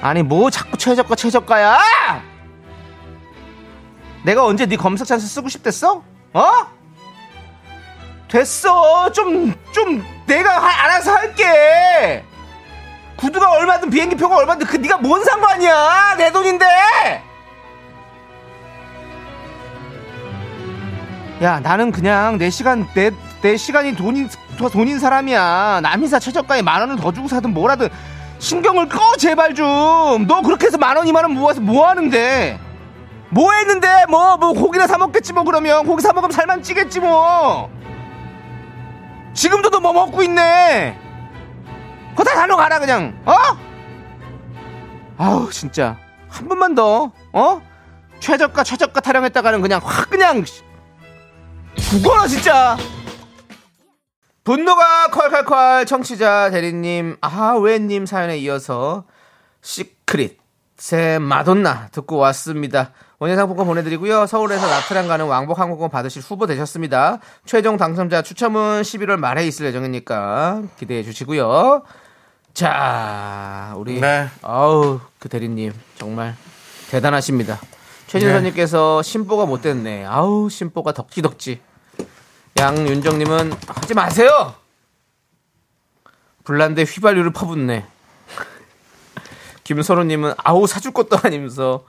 S2: 아니, 뭐 자꾸 최저가, 최저가야! 내가 언제 네 검색 찬스 쓰고 싶댔어? 어? 됐어. 좀, 좀, 내가 하- 알아서 할게! 구두가 얼마든 비행기 표가 얼마든 그 네가 뭔 상관이야 내 돈인데 야 나는 그냥 내 시간 내, 내 시간이 돈인 더 돈인 사람이야 남이사 최저가에 만 원을 더 주고 사든 뭐라든 신경을 꺼 제발 좀 너 그렇게 해서 만 원, 이만 원 모아서 뭐 하는데 뭐 했는데 뭐 뭐 고기나 사 먹겠지 뭐 그러면 고기 사 먹으면 살만 찌겠지 뭐 지금도 너 뭐 먹고 있네 그거 다 달러 가라 그냥 어? 아우 진짜 한 번만 더 어? 최저가 최저가 타령했다가는 그냥 확 그냥 씨, 죽어라 진짜 분노가 콸콸콸 청취자 대리님 아하웬님 사연에 이어서 시크릿의 마돈나 듣고 왔습니다. 원예상품권 보내드리고요. 서울에서 나트랑 가는 왕복 항공권 받으실 후보 되셨습니다. 최종 당첨자 추첨은 11월 말에 있을 예정이니까 기대해 주시고요. 자, 우리
S3: 네.
S2: 아우 그 대리님 정말 대단하십니다. 최진선님께서 심보가 못 됐네. 아우 심보가 덕지덕지. 양윤정님은 하지 마세요. 불난데 휘발유를 퍼붓네. 김선호님은 아우 사줄 것도 아니면서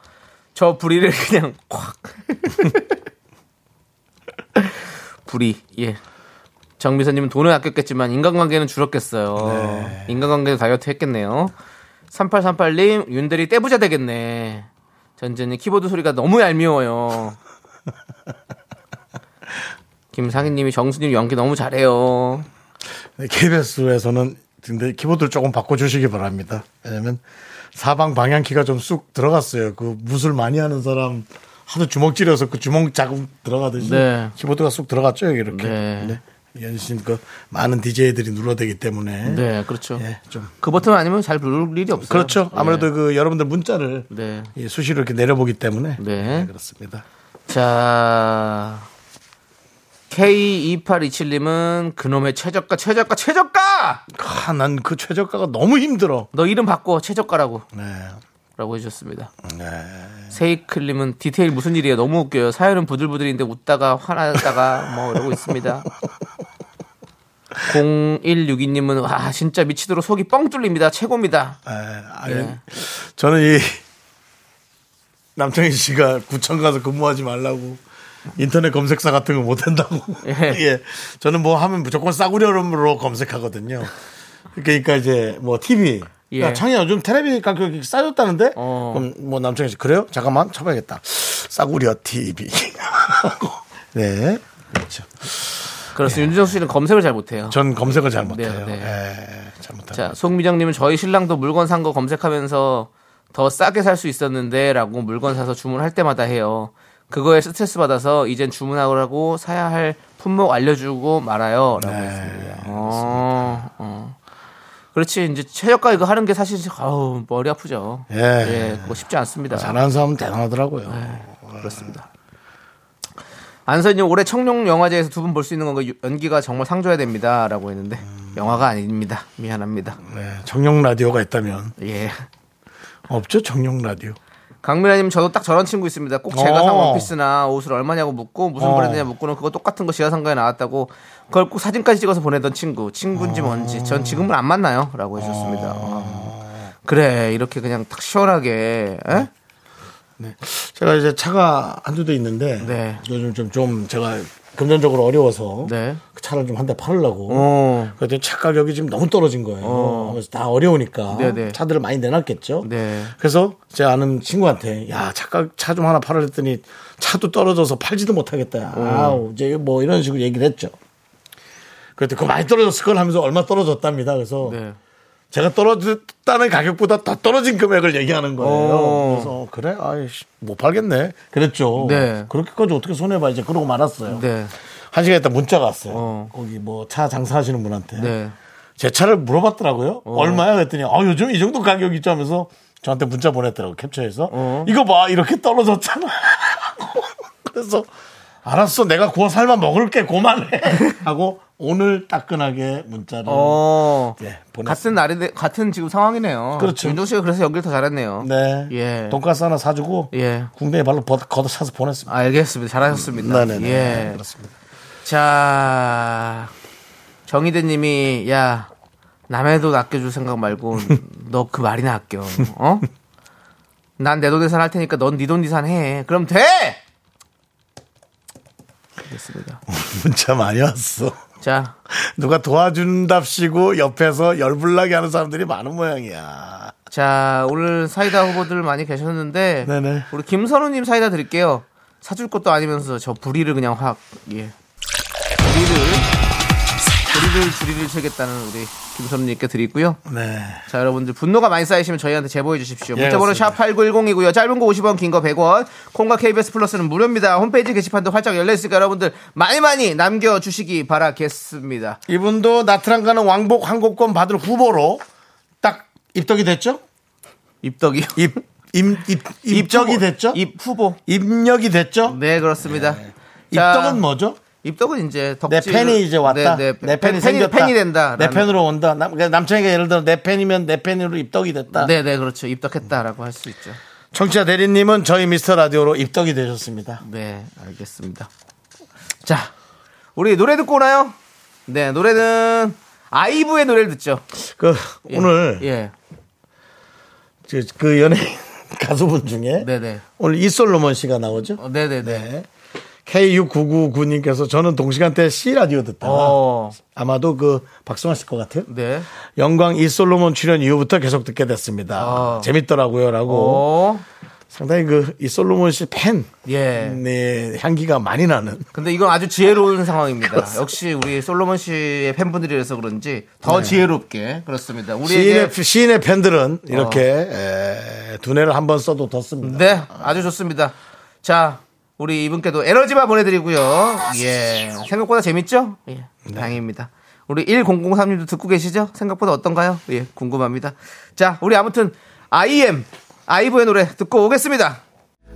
S2: 저 [laughs] 부리를 그냥 콱 불이. 예. 정미선님은 돈은 아꼈겠지만 인간관계는 줄었겠어요. 인간관계도 다이어트 했겠네요. 3838님 윤대리 떼부자 되겠네. 전진이 키보드 소리가 너무 얄미워요.
S1: [laughs]
S2: 김상희님이 정수님 연기 너무 잘해요.
S1: KBS에서는 네, 근데 키보드를 조금 바꿔주시기 바랍니다. 왜냐면 사방 방향키가 좀 쑥 들어갔어요. 그 무술 많이 하는 사람 하도 주먹 찌려서 그 주먹 자국 들어가듯이
S2: 네.
S1: 키보드가 쑥 들어갔죠 여기 이렇게.
S2: 네.
S1: 네. 연신 그 많은 DJ들이 눌러대기 때문에
S2: 네, 그렇죠.
S1: 예, 좀
S2: 그 버튼 아니면 잘 부를 일이 없어요.
S1: 그렇죠. 아무래도
S2: 예.
S1: 그 여러분들 문자를
S2: 네.
S1: 예, 수시로 이렇게 내려보기 때문에
S2: 네.
S1: 그렇습니다.
S2: 자, K2827님은 그놈의 최저가, 최저가, 최저가!
S1: 아, 난 그 최저가가 너무 힘들어.
S2: 너 이름 바꿔, 최저가라고.
S1: 네.
S2: 라고 해주셨습니다. 세이클님은 디테일 무슨 일이에요? 너무 웃겨요. 사연은 부들부들인데 웃다가 화나다가 뭐 이러고 있습니다. 0162님은 와 진짜 미치도록 속이 뻥 뚫립니다. 최고입니다.
S1: 에, 아니,
S2: 예.
S1: 저는 이 [laughs] 남창희 씨가 구청 가서 근무하지 말라고 인터넷 검색사 같은 거 못 한다고.
S2: 예.
S1: [laughs] 예. 저는 뭐 하면 무조건 싸구려로 검색하거든요. 그러니까 이제 뭐 TV.
S2: 예.
S1: 야, 창희 요즘 텔레비 가격이 싸졌다는데?
S2: 어.
S1: 그럼 뭐 남창희 씨 그래요? 잠깐만 쳐봐야겠다. 싸구려 TV. 하고. [laughs] 네. 그렇죠.
S2: 그렇습니다. 윤정수 씨는 검색을 잘 못해요.
S1: 전 검색을 잘 못해요.
S2: 네,
S1: 예, 잘 못해요.
S2: 자, 송미정님은 저희 신랑도 물건 산 거 검색하면서 더 싸게 살 수 있었는데 라고 물건 사서 주문할 때마다 해요. 그거에 스트레스 받아서 이젠 주문하라고 사야 할 품목 알려주고 말아요. 라고
S1: 네. 예,
S2: 했습니다. 어, 어. 그렇지. 이제 최저가 이거 하는 게 사실, 아우, 머리 아프죠.
S1: 예.
S2: 예. 그거 쉽지 않습니다.
S1: 잘하는 사람은 대단하더라고요.
S2: 네. 그렇습니다. 안선님 올해 청룡 영화제에서 두 분 볼 수 있는 건가 그 연기가 정말 상줘야 됩니다라고 했는데 영화가 아닙니다 미안합니다
S1: 네, 정령 라디오가 있다면
S2: 예
S1: 없죠 정령 라디오.
S2: 강미라님 저도 딱 저런 친구 있습니다. 꼭 제가
S1: 어.
S2: 산 원피스나 옷을 얼마냐고 묻고 무슨
S1: 어.
S2: 브랜드냐 묻고는 그거 똑같은 거 지하상가에 나왔다고 그걸 꼭 사진까지 찍어서 보내던 친구
S1: 어.
S2: 친구인지 뭔지 전 지금은 안 만나요라고 해주셨습니다. 어. 그래 이렇게 그냥 딱 시원하게
S1: 네.
S2: 에?
S1: 제가 이제 차가 한두 대 있는데
S2: 네.
S1: 요즘 좀, 좀 제가 금전적으로 어려워서
S2: 네.
S1: 그 차를 좀 한 대 팔으려고
S2: 어.
S1: 그랬더니 차 가격이 지금 너무 떨어진 거예요.
S2: 어.
S1: 그래서 다 어려우니까
S2: 네네.
S1: 차들을 많이 내놨겠죠.
S2: 네.
S1: 그래서 제 아는 친구한테 야 차가 차 좀 하나 팔으라 했더니 차도 떨어져서 팔지도 못하겠다. 아우 이제 뭐 이런 식으로 얘기를 했죠. 그랬더니 그거 많이 떨어졌을 걸 하면서 얼마 떨어졌답니다. 그래서
S2: 네.
S1: 제가 떨어졌다는 가격보다 더 떨어진 금액을 얘기하는 거예요. 그래서
S2: 어.
S1: 그래, 아이씨 못 팔겠네. 그랬죠.
S2: 네.
S1: 그렇게까지 어떻게 손해 봐 이제 그러고 말았어요.
S2: 네.
S1: 한 시간 있다 문자가 왔어요.
S2: 어.
S1: 거기 뭐 차 장사하시는 분한테
S2: 네.
S1: 제 차를 물어봤더라고요. 얼마야? 그랬더니 아 요즘 이 정도 가격이죠 하면서 저한테 문자 보냈더라고 캡처해서
S2: 어.
S1: 이거 봐 이렇게 떨어졌잖아. [laughs] 그래서 알았어 내가 구워 삶아 먹을게 고만해 [laughs] 하고 오늘 따끈하게 문자를
S2: 어.
S1: 예, 보냈습니다.
S2: 같은 날이 같은 지금 상황이네요.
S1: 그렇죠.
S2: 윤종 씨가 그래서 연결 더 잘했네요.
S1: 네.
S2: 예.
S1: 돈가스 하나 사주고
S2: 예.
S1: 궁뎅이 발로 벗- 걷어차서 보냈습니다.
S2: 알겠습니다. 잘하셨습니다.
S1: 네네네.
S2: 예.
S1: 그렇습니다.
S2: 자, 정희대님이 야 남의 돈 아껴줄 생각 말고 너 그 말이나 아껴. 어? 난 내 돈 계산할 테니까 넌 네 돈 계산해. 그럼 돼. 됐습니다.
S1: 문자 많이 왔어. [laughs]
S2: 자,
S1: 누가 도와준답시고 옆에서 열불나게 하는 사람들이 많은 모양이야.
S2: 자 오늘 사이다 후보들 많이 계셨는데
S1: 네네.
S2: 우리 김선우님 사이다 드릴게요. 사줄 것도 아니면서 저 불의를 그냥 확 예. 불의를 불의를 불의를 채겠다는 우리 김선우님께 드리고요.
S1: 네.
S2: 자 여러분들 분노가 많이 쌓이시면 저희한테 제보해 주십시오
S1: 예,
S2: 문자번호 샵
S1: 그렇습니다.
S2: 8910이고요 짧은 거 50원 긴 거 100원 콩과 KBS 플러스는 무료입니다 홈페이지 게시판도 활짝 열려있으니까 여러분들 많이 많이 남겨주시기 바라겠습니다
S1: 이분도 나트랑 가는 왕복 항공권 받을 후보로 딱 입덕이 됐죠?
S2: 입덕이요
S1: 입, 입, 입, 입적이
S2: 후보.
S1: 됐죠?
S2: 입 후보
S1: 입력이 됐죠?
S2: 네 그렇습니다 자,
S1: 예. 입덕은 뭐죠?
S2: 입덕은 이제
S1: 내
S2: 덕질
S1: 팬이 이제 왔다.
S2: 네, 네.
S1: 내 팬이
S2: 팬-
S1: 생겼다.
S2: 팬이 된다
S1: 내 팬으로 온다. 남, 그러니까 남창이가 예를 들어 내 팬이면 내 팬으로 입덕이 됐다.
S2: 네네 그렇죠 입덕했다라고 할 수 있죠
S1: 청취자 대리님은 저희 미스터 라디오로 입덕이 되셨습니다.
S2: 네, 알겠습니다. 자, 우리 노래 듣고 오나요? 네, 노래는 아이브의 노래를 듣죠.
S1: 그
S2: 예,
S1: 오늘
S2: 예,
S1: 그, 그 연예인 [laughs] 가수분 중에
S2: 네네,
S1: 오늘 이솔로몬 씨가 나오죠.
S2: 어, 네네네,
S1: 네. K6999님께서 저는 동시간대 C라디오 듣다가
S2: 어.
S1: 아마도 그 박성환 씨것 같아요.
S2: 네.
S1: 영광 이솔로몬 출연 이후부터 계속 듣게 됐습니다.
S2: 아.
S1: 재밌더라고요. 라고
S2: 어.
S1: 상당히 그 이솔로몬 씨팬
S2: 예.
S1: 네, 향기가 많이 나는
S2: 근데 이건 아주 지혜로운 상황입니다. 역시 우리 솔로몬 씨의 팬분들이라서 그런지 더 지혜롭게 그렇습니다. 우리에게 어.
S1: 시인의, 시인의 팬들은 이렇게 에, 두뇌를 한 번 써도 더 씁니다.
S2: 네, 아주 좋습니다. 자, 우리 이분께도 에너지바 보내드리고요. 예, 생각보다 재밌죠? 예, 다행입니다. 우리 1003님도 듣고 계시죠? 생각보다 어떤가요? 예, 궁금합니다. 자, 우리 아무튼 IM 아이브의 노래 듣고 오겠습니다.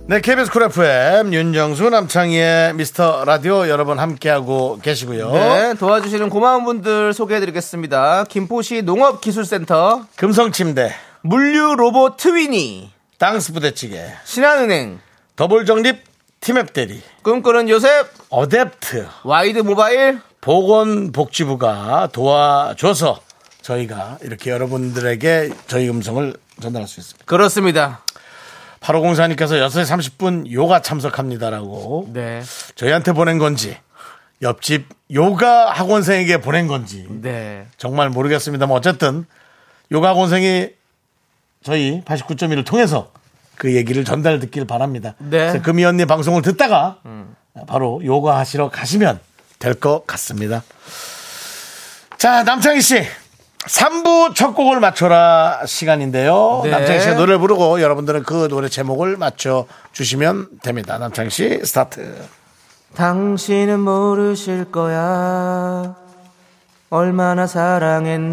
S1: 네, KBS 쿨 FM 윤정수 남창희의 미스터 라디오 여러분 함께하고 계시고요.
S2: 네, 도와주시는 고마운 분들 소개해드리겠습니다. 김포시 농업기술센터
S1: 금성침대,
S2: 물류 로봇 트위니
S1: 땅스 부대찌개,
S2: 신한은행
S1: 더블정립 티맵 대리,
S2: 꿈꾸는 요셉
S1: 어댑트,
S2: 와이드 모바일
S1: 보건복지부가 도와줘서 저희가 이렇게 여러분들에게 저희 음성을 전달할 수 있습니다.
S2: 그렇습니다.
S1: 8504님께서 6시 30분 요가 참석합니다라고
S2: 네,
S1: 저희한테 보낸 건지 옆집 요가 학원생에게 보낸 건지
S2: 네,
S1: 정말 모르겠습니다만 어쨌든 요가 학원생이 저희 89.1을 통해서 그 얘기를 전달 듣길 바랍니다.
S2: 네.
S1: 그래서 금희 언니 방송을 듣다가 바로 요가 하시러 가시면 될 것 같습니다. 자, 남창희 씨. 3부 첫 곡을 맞춰라 시간인데요.
S2: 네.
S1: 남창희 씨가 노래를 부르고 여러분들은 그 노래 제목을 맞춰 주시면 됩니다. 남창희 씨 스타트.
S2: 당신은 모르실 거야. 얼마나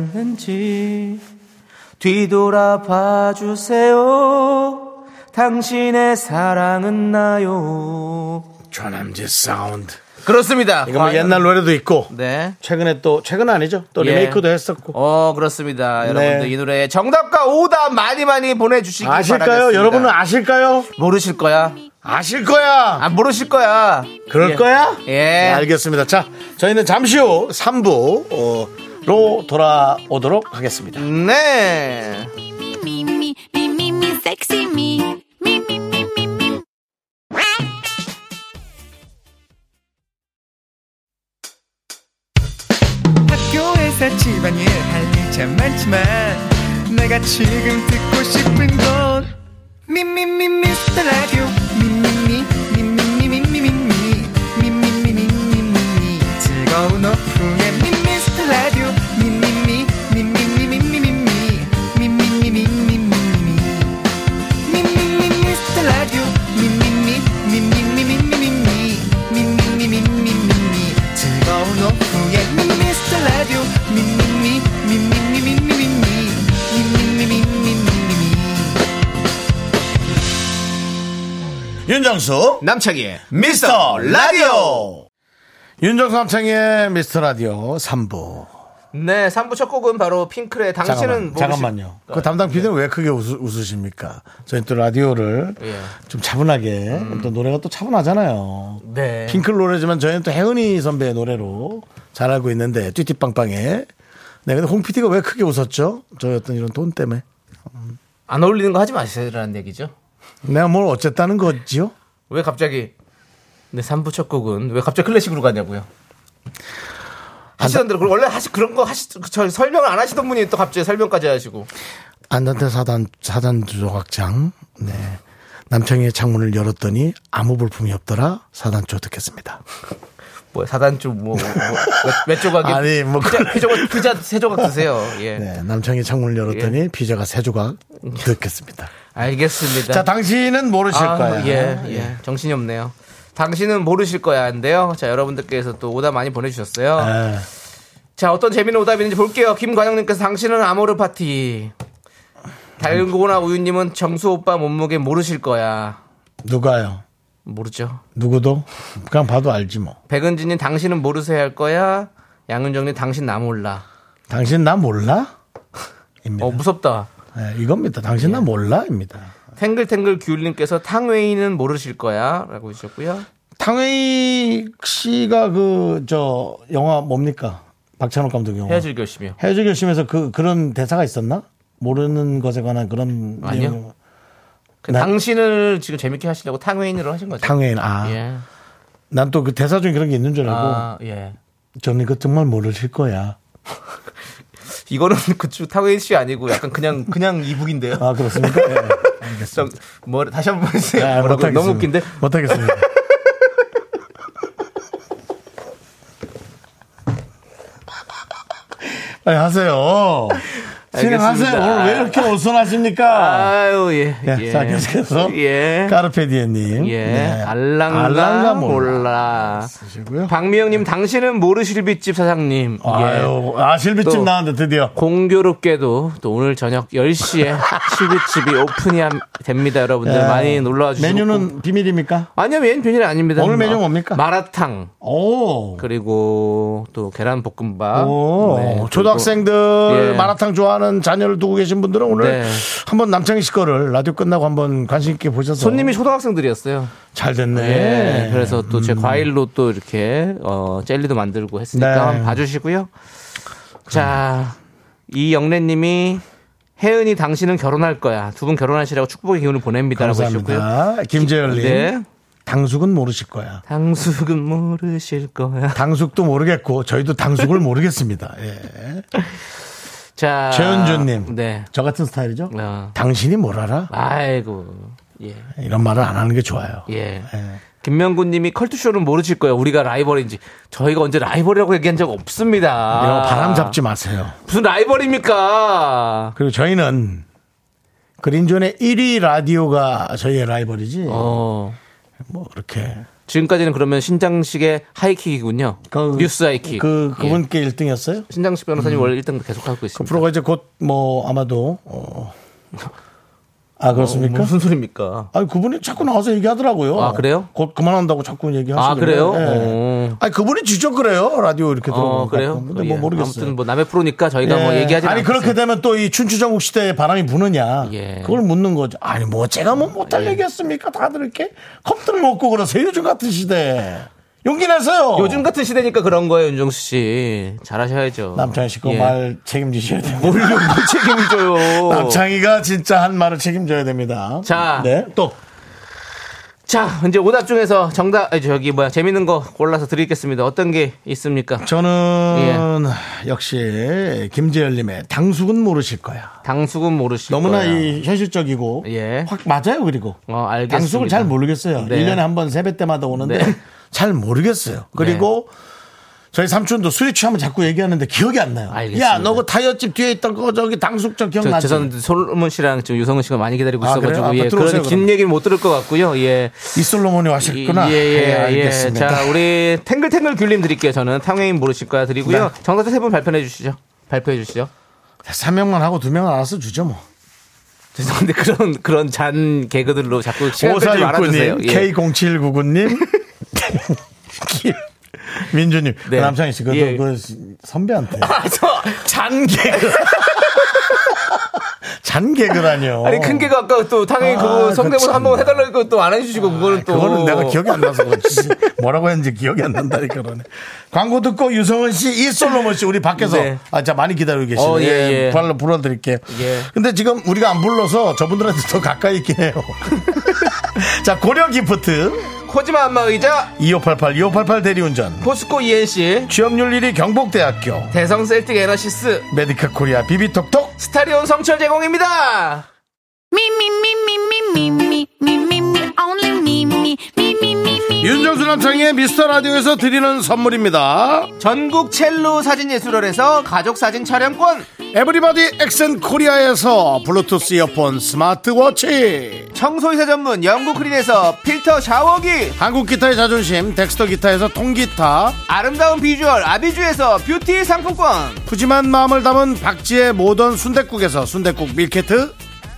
S2: 사랑했는지. 뒤돌아봐 주세요. 당신의 사랑은 나요.
S1: 조남지 사운드.
S2: 그렇습니다.
S1: 이거 뭐
S2: 과연-
S1: 옛날 노래도 있고
S2: 네.
S1: 최근에 또 최근 아니죠? 또
S2: 예.
S1: 리메이크도 했었고.
S2: 어, 그렇습니다. 여러분들
S1: 네.
S2: 이 노래 정답과 오답 많이 많이 보내주시기 바라겠습니다.
S1: 아실까요? 여러분은 아실까요?
S2: 모르실 거야.
S1: 아실 거야.
S2: 아, 모르실 거야.
S1: 그럴
S2: 예.
S1: 거야?
S2: 예.
S1: 네, 알겠습니다. 자, 저희는 잠시 후 어, 3부로 돌아오도록 하겠습니다.
S2: 네.
S7: me, me, me, me, me, sexy me. Me, me, me, me, me.
S8: 학교에서 집안일 할 일 참 많지만 내가 지금 듣고 싶은 건 미미미 미스터 라디오 미미미 미미미 미미미 미미미 미미미 즐거운 오후에 미스터 라디오 미미미 미미미 미미미 미미미 미미미
S1: 윤정수
S2: 남창희의
S1: 미스터 라디오. 윤정수 남창의 미스터 라디오 3부.
S2: 네, 3부 첫 곡은 바로 핑클의 당신은 뭐
S1: 잠깐만,
S2: 모르실
S1: 잠깐만요. 그 담당 PD는 왜 크게 웃으, 십니까 저희 또 라디오를
S2: 예.
S1: 좀 차분하게 또 노래가 또 차분하잖아요.
S2: 네.
S1: 핑클 노래지만 저희는 또 혜은이 선배의 노래로 잘 알고 있는데 띠띠빵빵에 네, 근데 홍 PD가 왜 크게 웃었죠? 저희 어떤 이런 돈 때문에.
S2: 안 어울리는 거 하지 마시라는 얘기죠.
S1: 내가 뭘 어쨌다는 거지요?
S2: 왜 갑자기 네, 3부 첫 곡은 왜 갑자기 클래식으로 가냐고요. 하시던 대로 그리고 원래 하시 그런 거 하시 저 설명을 안 하시던 분이 또 갑자기 설명까지 하시고
S1: 안단테 사단 사단 조각장 네 남창희의 창문을 열었더니 아무 볼품이 없더라 사단조 듣겠습니다.
S2: 뭐 사단주 뭐몇 조각이
S1: 아니, 뭐
S2: 피자,
S1: 그런-
S2: 피조각, 피자 세 조각 드세요. 예.
S1: 네 남창희 창문을 열었더니 피자가 세 조각 듣겠습니다.
S2: 알겠습니다.
S1: 자 당신은 모르실
S2: 네. 아,
S1: 거야.
S2: 예, 예. 정신이 없네요. 당신은 모르실 거야인데요. 자, 여러분들께서 또 오답 많이 보내주셨어요.
S1: 아,
S2: 자, 어떤 재미있는 오답이 있는지 볼게요. 김관영님께서 당신은 아모르 파티. 달고나 우유님은 정수 오빠 몸무게 모르실 거야.
S1: 누가요?
S2: 모르죠.
S1: 누구도 그냥 봐도 알지 뭐.
S2: 백은진님 당신은 모르세요 할 거야. 양은정님 당신 나 몰라.
S1: 당신 나 몰라? 입니다.
S2: 어, 예. 무섭다.
S1: 네, 이겁니다. 당신 나 몰라입니다.
S2: 탱글탱글 귤님께서 탕웨이는 모르실 거야. 라고 해주셨고요.
S1: 탕웨이 씨가 그 저 영화 뭡니까? 박찬욱 감독 영화.
S2: 헤어질 결심이요.
S1: 해외적 결심에서 그 그런 대사가 있었나? 모르는 것에 관한 그런
S2: 아니요.
S1: 내용.
S2: 그
S1: 나-
S2: 당신을 지금 재밌게 하시려고 탕웨인으로 하신 거죠.
S1: 탕웨인 아
S2: 예.
S1: 난 또 그 대사 중에 그런 게 있는 줄 알고
S2: 아, 예.
S1: 저는 이거 정말 모르실 거야.
S2: 이거는 [laughs] 그쪽 타웨이 씨 아니고 약간 그냥 그냥 이북인데요.
S1: 아
S2: [laughs]
S1: 그렇습니까? 예.
S2: 저, 뭐 다시 한번 보세요.
S1: 아,
S2: 뭐라고,
S1: 못하겠습니다.
S2: 너무 웃긴데. [laughs]
S1: 못하겠습니다. 아니, 하세요. 진행하세요.
S2: 알겠습니다.
S1: 오늘 왜 이렇게 오선하십니까?
S2: 아유 예.
S1: 예, 자, 계속해서.
S2: 예.
S1: 까르페디에님.
S2: 예.
S1: 네.
S2: 알랑가,
S1: 알랑가 몰라.
S2: 몰라.
S1: 쓰시고요.
S2: 박미영님 당신은 모르 실비집 사장님. 예.
S1: 아유, 아, 실비집
S2: 또.
S1: 나왔는데 드디어.
S2: 공교롭게도 또 오늘
S1: [laughs]
S2: 저녁 10시에 실비집이 오픈이 함- 됩니다, 여러분들.
S1: 예.
S2: 네, 많이 놀러와 주시고.
S1: 메뉴는 비밀입니까?
S2: 아니요, 메뉴는 비밀 아닙니다.
S1: 오늘 메뉴
S2: 어,
S1: 뭡니까?
S2: 마라탕.
S1: 오.
S2: 그리고 또 계란 볶음밥.
S1: 오, 어, 초등학생들
S2: 네, 예.
S1: 마라탕 좋아하는 자녀를 두고 계신 분들은 오늘
S2: 네.
S1: 한번 남창희 씨 거를 라디오 끝나고 한번 관심 있게 보셔서
S2: 손님이 초등학생들이었어요.
S1: 잘 됐네. 음.
S2: 예. 그래서 또 제 과일로 또 이렇게 어, 젤리도 만들고 했으니까
S1: 네.
S2: 한번 봐주시고요. 자, 이영래님이 혜은이 당신은 결혼할 거야. 두 분 결혼하시라고 축복의 기운을 보냅니다라고 하셨고요.
S1: 감사합니다. 김재열님,
S2: 네.
S1: 당숙은 모르실 거야.
S2: 당숙은 모르실 거야.
S1: 당숙도 모르겠고 저희도
S2: [laughs]
S1: 당숙을 모르겠습니다. 예.
S2: 자,
S1: 최현주님,
S2: 네.
S1: 저 같은 스타일이죠.
S2: 어.
S1: 당신이 뭘 알아?
S2: 아이고, 예,
S1: 이런 말을 안 하는 게 좋아요.
S2: 예.
S1: 예.
S2: 김명구님이 컬투쇼는 모르실 거예요. 우리가 라이벌인지 저희가 언제 라이벌이라고 얘기한 적 없습니다.
S1: 이런 거 바람 잡지 마세요.
S2: 무슨 라이벌입니까?
S1: 그리고 저희는 그린존의 1위 라디오가 저희의 라이벌이지.
S2: 어.
S1: 뭐 그렇게
S2: 네. 지금까지는 그러면 신장식의 하이킥이군요. 뉴스 하이킥.
S1: 그
S2: 예.
S1: 그분께 1등이었어요?
S2: 신장식 변호사님 원래 1등 계속 하고 있습니다.
S1: 그 프로가 이제 곧 뭐 아마도 어. 아 그렇습니까?
S2: 어, 무슨 소리입니까?
S1: 아니 그분이 자꾸 나와서 얘기하더라고요.
S2: 아, 그래요?
S1: 곧 그만한다고 자꾸 얘기하시는데.
S2: 아, 그래요? 어.
S1: 아니 그분이 직접 그래요 라디오 이렇게 들어보니까.
S2: 어, 그래요?
S1: 근데
S2: 예.
S1: 뭐 모르겠어요.
S2: 아무튼 뭐 남의 프로니까 저희가
S1: 예.
S2: 뭐 얘기하지
S1: 아니 그렇게 되면 또 이 춘추전국 시대에 바람이 부느냐
S2: 예. 음,
S1: 그걸 묻는 거죠. 아니 뭐 제가 뭐 못할 얘기했습니까? 다들 이렇게 컵들을 먹고 그러세요 요즘 같은 시대. 용기 내세요.
S2: 요즘 같은 시대니까 그런 거예요, 윤정수 씨. 잘하셔야죠.
S1: 남창희 씨그
S2: 예.
S1: 말 책임지셔야 됩니다.
S2: 뭘요? 뭘 책임져요.
S1: [laughs] 남창희가 진짜 한 말을 책임져야 됩니다.
S2: 자.
S1: 네. 또
S2: 자, 이제 오답 중에서 정답, 아니, 저기 뭐야, 재밌는 거 골라서 드리겠습니다. 어떤 게 있습니까?
S1: 저는
S2: 예.
S1: 역시 김재열님의 당숙은 모르실 거야.
S2: 당숙은 모르실
S1: 너무나
S2: 거야.
S1: 이 현실적이고
S2: 예.
S1: 확 맞아요. 그리고
S2: 어, 알겠습니다.
S1: 당숙을 잘 모르겠어요.
S2: 네.
S1: 일년에 한 번 세배 때마다 오는데
S2: 네.
S1: [laughs] 잘 모르겠어요. 그리고 저희 삼촌도 술에 취하면 자꾸 얘기하는데 기억이 안 나요.
S2: 알겠습니다.
S1: 야, 너 그 타이어집 뒤에 있던 거 저기 당숙 저
S2: 저,
S1: 기억나지?
S2: 죄송한데 솔로몬 씨랑 지금 유성은 씨가 많이 기다리고
S1: 아,
S2: 있어가지고
S1: 그래요? 아,
S2: 예,
S1: 들어오세요,
S2: 그런 긴
S1: 그럼.
S2: 얘기는 못 들을 것 같고요. 예,
S1: 이솔로몬이 왔셨구나. 네,
S2: 예, 예, 예.
S1: 알겠습니다.
S2: 자, 우리 탱글탱글 귤님 드릴게요. 저는 탕웨인 모르실 거야 드리고요.
S1: 네.
S2: 정답자 세 분 발표해 주시죠. 발표해 주시죠. [laughs]
S1: 3명만 하고 2명은 알아서 주죠 뭐.
S2: 죄송한데 그런 그런 잔 개그들로 자꾸 시간 끌지 말아주세요.
S1: 5469님,
S2: 예.
S1: K0799님, [laughs] 민주님, 그
S2: 네.
S1: 남창희 씨, 그,
S2: 예.
S1: 그 [laughs] 선배한테.
S2: 잔 개그.
S1: 잔개그라뇨.
S2: [laughs] 아니 큰 개그 아까 또 탕웨인
S1: 아,
S2: 그거 성대모사
S1: 그렇죠.
S2: 한번 해달라고 또 안 해주시고 그거는 또
S1: 그거는 내가 기억이 안 나서 그렇지. [laughs] 뭐라고 했는지 기억이 안 난다니까 그러네. 광고 듣고 유성은 씨, 이솔로몬 씨, 우리 밖에서.
S2: 네.
S1: 아, 자, 많이 기다리고 계시네.
S2: 어, 예, 예.
S1: 불러, 불러드릴게요.
S2: 예.
S1: 근데 지금 우리가 안 불러서 저분들한테 더 가까이 있긴 해요. [laughs] 자, 고려 기프트,
S2: 코지마 안마 의자
S1: 2588, 2588 대리운전,
S2: 포스코 ENC
S1: 취업률 1위 경북대학교,
S2: 대성 셀틱 에너시스
S1: 메디카 코리아 비비톡톡
S2: 스타리온 성철 제공입니다.
S7: Me, me, me, me, me, me, me, me, me, me, only me, me, me, me, me, me.
S1: 윤정수 남창의 미스터 라디오에서 드리는 선물입니다
S2: 전국 첼로 사진예술원에서 가족사진 촬영권
S1: 에브리바디 엑센 코리아에서 블루투스 이어폰 스마트워치
S2: 청소이사 전문 영국크린에서 필터 샤워기
S1: 한국 기타의 자존심 덱스터 기타에서 통기타
S2: 아름다운 비주얼 아비주에서 뷰티 상품권
S1: 푸짐한 마음을 담은 박지의 모던 순댓국에서순댓국 밀키트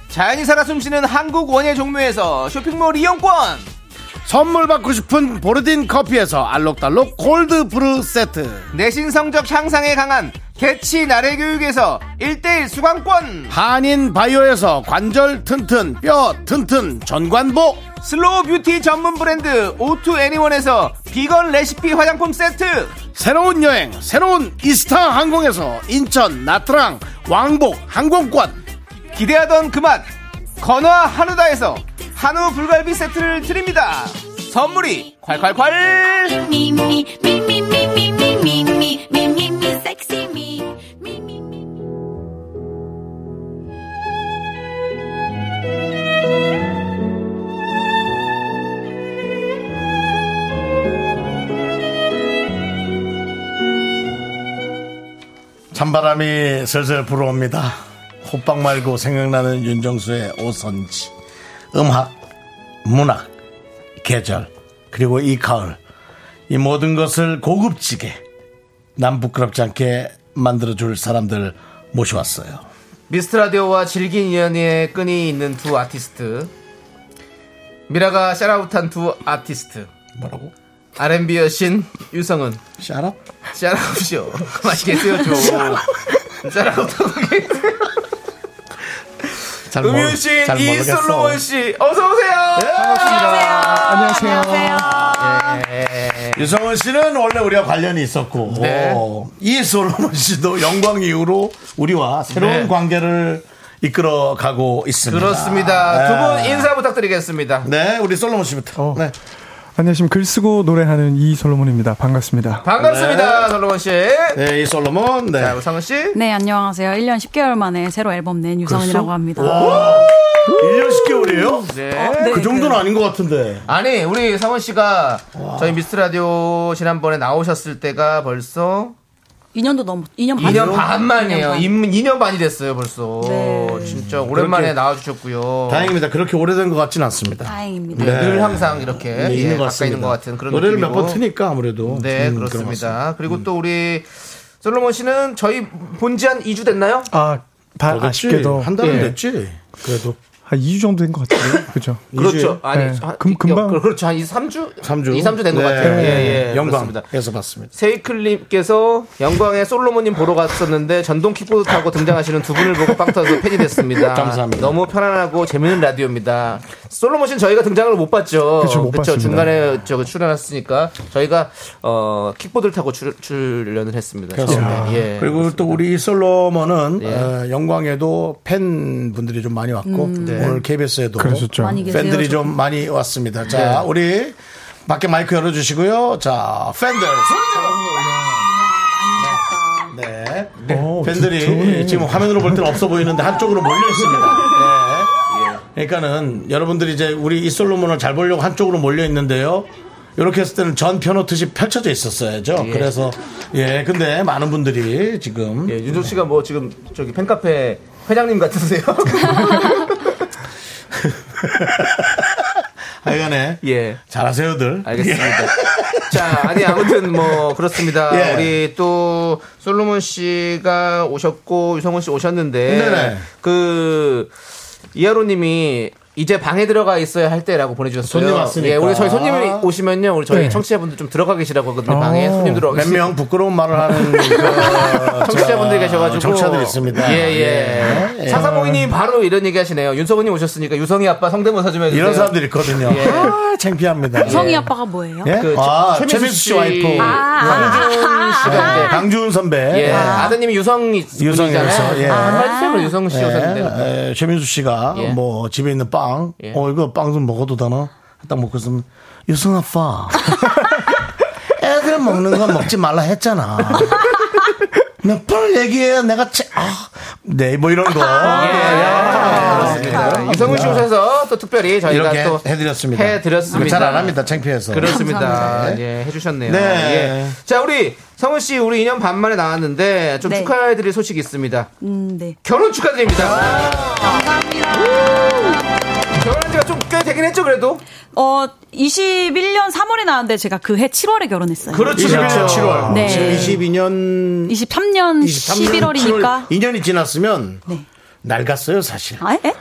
S2: 자연이 살아 숨쉬는 한국 원예 종묘에서 쇼핑몰 이용권
S1: 선물 받고 싶은 보르딘 커피에서 알록달록 골드 브루 세트
S2: 내신 성적 향상에 강한 개치 나래 교육에서 일대일 수강권
S1: 한인 바이오에서 관절 튼튼 뼈 튼튼 전관보
S2: 슬로우 뷰티 전문 브랜드 오투 애니원에서 비건 레시피 화장품 세트
S1: 새로운 여행 새로운 이스타 항공에서 인천 나트랑 왕복 항공권
S2: 기대하던 그맛 건화 한우다에서 한우 불갈비 세트를 드립니다 선물이 콸콸콸!
S7: me, me, me, me, me, me, me, me, me, me, me, me, sexy me. Me, me, me.
S1: 찬바람이 슬슬 불어옵니다. 호빵 말고 생각나는 윤정수의 오선지. 음악, 문학, 계절, 그리고 이 가을. 이 모든 것을 고급지게 남 부끄럽지 않게 만들어줄 사람들 모셔왔어요.
S2: 미스트라디오와 질긴 인연의 끈이 있는 두 아티스트 미라가 샤라웃한 두 아티스트
S1: 뭐라고?
S2: R&B 여신 유성은
S1: 샤라?
S2: 샤라웃이요 [laughs] 맛있게 세워줘 샤라웃하고 계세요
S1: 잘 모르-
S2: 음유신
S1: 잘 모르겠어. 네,
S2: 이솔로몬씨 어서오세요 네.
S1: 유성원 씨는 원래 우리와 관련이 있었고
S2: 네.
S1: 이 솔로몬 씨도 영광 이후로 우리와 새로운
S2: 네.
S1: 관계를 이끌어가고 있습니다.
S2: 그렇습니다 두 분
S1: 네.
S2: 인사 부탁드리겠습니다
S1: 네, 우리 솔로몬 씨부터.
S9: 어.
S1: 네.
S9: 안녕하시면 글 쓰고 노래하는 이솔로몬입니다. 반갑습니다.
S2: 반갑습니다 솔로몬씨
S1: 네, 이 솔로몬. 네.
S2: 자 우성은씨
S10: 네, 안녕하세요. 1년 10개월 만에 새로 앨범 낸 유성이라고 합니다.
S1: 1년 10개월이에요?
S2: 네.
S1: 그 정도는 아닌 것 같은데.
S2: 아니 우리 성원 씨가 저희 미스 라디오 지난번에 나오셨을 때가 벌써
S10: 2년도 넘 2년 반.
S2: 2년 반 만이에요.
S10: 2년
S2: 2년 반이 됐어요 벌써.
S10: 네.
S2: 진짜 오랜만에
S1: 그렇게-
S2: 나와주셨고요.
S1: 다행입니다. 그렇게 오래된 것 같지는 않습니다.
S10: 다행입니다.
S2: 네,
S1: 네.
S2: 늘 항상 이렇게
S1: 네,
S2: 예,
S1: 있는 것
S2: 가까이
S1: 같습니다.
S2: 있는 것 같은 그런
S1: 노래를 몇
S2: 느낌이고.
S1: 번 트니까 아무래도.
S2: 네
S1: 음, 그런 것 같습니다. 음.
S2: 그렇습니다. 그리고 또 우리 솔로몬 씨는 저희 본 지 한 2주 됐나요?
S9: 아, 다
S1: 어렵지?
S9: 아쉽게도
S1: 한 달은
S2: 예.
S1: 됐지. 그래도
S9: 한 2주 정도 된 것 [laughs] 같아요. 그죠?
S2: 그렇죠. 아니
S9: 네.
S2: 한-
S9: 금- 금방-
S2: 그- 그렇죠 한 2, 3주
S1: 3주.
S2: 2, 3주 된 것
S1: 네.
S2: 같아요. 예, 예. 그렇습니다.
S1: 영광에서 봤습니다.
S2: 세이클님께서 영광의 솔로몬님 보러 갔었는데 전동 킥보드 타고 등장하시는 두 분을 보고 빵 터서 팬이
S1: [laughs]
S2: 됐습니다.
S1: 감사합니다.
S2: 너무 편안하고 재밌는 라디오입니다. 솔로몬씨는 저희가 등장을 못 봤죠.
S9: 그쵸, 못
S2: 그쵸,
S9: 봤습니다.
S2: 중간에 저 출연했으니까 저희가 어, 킥보드를 타고 출, 출연을 했습니다.
S1: 그렇습니다.
S2: 처음에. 예.
S1: 그리고 또 우리 이 솔로몬은
S2: 예.
S1: 어, 영광에도 팬분들이 좀 많이 왔고
S2: 음, 네.
S1: 오늘 KBS에도
S9: 그러셨죠. 많이
S10: 계세요,
S1: 팬들이
S10: 저도.
S1: 좀 많이 왔습니다. 자,
S2: 네.
S1: 우리 밖에 마이크 열어주시고요. 자, 팬들. 네.
S9: 어,
S1: 팬들이
S9: 저- 저분이-
S1: 지금 화면으로 볼 때는 없어 보이는데 한쪽으로 몰려
S2: [laughs]
S1: 있습니다. 네. 그러니까는 여러분들이 이제 우리 이 솔로몬을 잘 보려고 한쪽으로 몰려 있는데요. 이렇게 했을 때는 전 펴놓듯이 펼쳐져 있었어야죠. 그래서 예, 근데 많은 분들이 지금
S2: 예, 윤종 씨가 뭐 지금 저기 팬카페 회장님 같으세요?
S1: [laughs]
S2: [laughs]
S1: 하여간에
S2: 예.
S1: 잘하세요들.
S2: 알겠습니다. 자, 아니 아무튼 뭐 그렇습니다.
S1: 예.
S2: 우리 또 솔로몬 씨가 오셨고 유성훈 씨 오셨는데
S1: 네네.
S2: 그 이하로님이 이제 방에 들어가 있어야 할 때라고 보내주셨어요.
S1: 손님 왔으니까. 아.
S2: 예, 우리 저희 손님이 오시면요, 우리 저희
S9: 네.
S2: 청취자분들 좀 들어가 계시라고 하거든요. 방에
S9: 어.
S2: 손님 들어가 계시-
S1: 몇명 부끄러운 말을
S2: [laughs]
S1: 하는 그
S2: 청취자분들
S1: 저
S2: 계셔가지고 예,
S1: 청취자들 있습니다.
S2: 예예.
S1: 예, 예.
S2: 사사모이님 바로 이런 얘기하시네요. 윤성훈님 오셨으니까 유성이 아빠 성대모사 좀 해주세요.
S1: 예.
S2: 예.
S1: 이런 사람들 있거든요. 아, 창피합니다.
S10: 유성이 아빠가 뭐예요?
S1: 예?
S2: 그
S1: 아,
S2: 최-
S1: 최민수 씨 와이프. 네,
S2: 아, 황준 씨가
S10: 아.
S2: 이제
S1: 강주은 선배.
S2: 예.
S1: 아.
S2: 아. 드님이 유성이
S1: 유성이라서, 예.
S2: 한마디로 유성 씨 오셨는데.
S1: 예, 에, 최민수 씨가
S2: 예.
S1: 뭐 집에 있는 빵,
S2: 예.
S1: 어 이거 빵 좀 먹어도 되나? 딱 먹고 있으면 유승
S2: [laughs]
S1: 아빠, 애들 먹는 건 먹지 말라 했잖아. 몇 번을 얘기해 내가 제, 아, 네뭐 이런 거
S2: 아, 예,
S1: 예,
S2: 그렇습니다. 유성훈 씨 오셔서 또 특별히 저희가
S1: 아, 이렇게
S2: 또
S1: 해드렸습니다.
S2: 해드렸습니다.
S1: 잘 안 합니다 창피해서.
S2: 그렇습니다. 예, 해주셨네요.
S1: 네.
S2: 예. 자, 우리 성훈 씨, 우리 2년 반 만에 나왔는데 좀
S10: 네.
S2: 축하해드릴 소식이 있습니다.
S10: 음, 네. 아,
S2: 결혼 축하드립니다. 감사합니다. 결혼한 지가 좀 꽤 되긴 했죠, 그래도?
S10: 어, 21년 3월에 나왔는데 제가 그 해 7월에 결혼했어요.
S2: 그렇죠.
S1: 21년 7월.
S10: 네.
S1: 지금 22년
S10: 23년
S1: 23년
S10: 11월이니까
S1: 2년이 지났으면
S2: 네.
S1: 낡았어요 사실.
S10: 아, 예?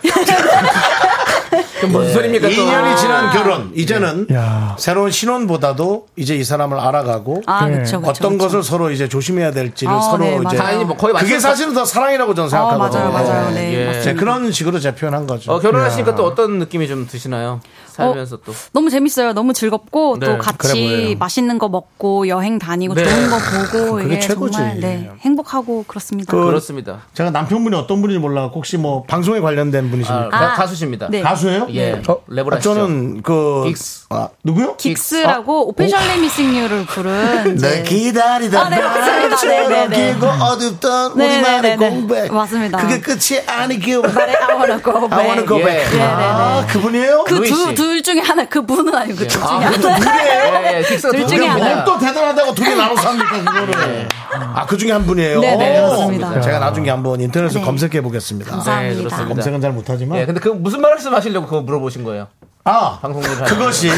S2: 그럼 뭔 소리입니까,
S10: 그러니까
S2: 또? 아.
S10: 아.
S1: 2년이 지난 결혼
S10: 네.
S1: 이제는
S9: 야.
S1: 새로운 신혼보다도 이제 이 사람을 알아가고
S10: 아,
S9: 네.
S10: 그렇죠. 그렇죠.
S1: 어떤 것을 서로 이제 조심해야 될지를
S10: 아,
S1: 서로
S10: 네,
S1: 이제
S10: 맞아요.
S2: 다행히 뭐 거의
S1: 그게
S2: 맞췄다.
S1: 사실은 더 사랑이라고 저는
S10: 아,
S1: 생각하거든요.
S10: 맞아요. 맞아요. 네.
S2: 예.
S1: 네, 그런 식으로 제 표현한 거죠.
S2: 어, 결혼하시니까 또 어떤 느낌이 좀 드시나요? 살면서 또.
S10: 너무 재밌어요. 너무 즐겁고
S2: 네,
S10: 또
S1: 그래 보여요.
S10: 같이 맛있는 거 먹고 여행 다니고
S2: 네.
S10: 좋은 거 보고
S1: 그게
S10: 이게
S1: 최고지.
S10: 정말 네, 행복하고 그렇습니다.
S1: 그-
S2: 그렇습니다.
S1: 제가 남편분이 어떤 분인지 몰라 혹시 뭐 방송에 관련된 분이십니까?
S2: 아, 가- 가수십니다.
S10: 네.
S1: 가수예요?
S2: 예.
S1: 어,
S2: 랩을
S1: 아,
S2: 하시죠.
S1: 저는 그
S2: 긱스.
S1: 아, 누구요?
S10: 긱스라고 오피셜 레미싱유를 부른
S1: 네,
S10: 이제
S1: 기다리다.
S10: 아, 네, 맞습니다. 네, 네, 네.
S1: 길고 어둡던
S10: 네,
S1: 우리만의
S10: 네, 네, 네.
S1: 공백.
S10: 맞습니다.
S1: 그게 끝이 아니기요.
S10: 발에 아워라 고
S1: I wanna go
S2: 예.
S1: back.
S2: 네,
S1: 아, 그분이에요?
S2: 루이
S10: 그두
S2: 씨.
S10: 둘 중에 하나 그분은 아니고 그 둘 중에
S2: 네,
S1: 아, 그것도
S10: 하나.
S1: 누구예요?
S2: 예, 예, 긱스가
S10: 둘
S2: 두
S10: 중에
S2: 분이야.
S10: 하나.
S1: 뭘 또 대단하다고 두 개 나눠서 합니까, 그거를. 아, 그 중에 한 분이에요?
S10: 네, 네,
S1: 오.
S10: 그렇습니다.
S1: 제가 나중에 한번 인터넷으로 검색해 보겠습니다.
S2: 네,
S10: 감사합니다.
S2: 그렇습니다.
S1: 검색은 잘 못하지만.
S2: 예, 근데 그 무슨 말씀 하시려고 그거 물어보신 거예요?
S1: 아,
S2: 방송국을 하는
S1: 그것이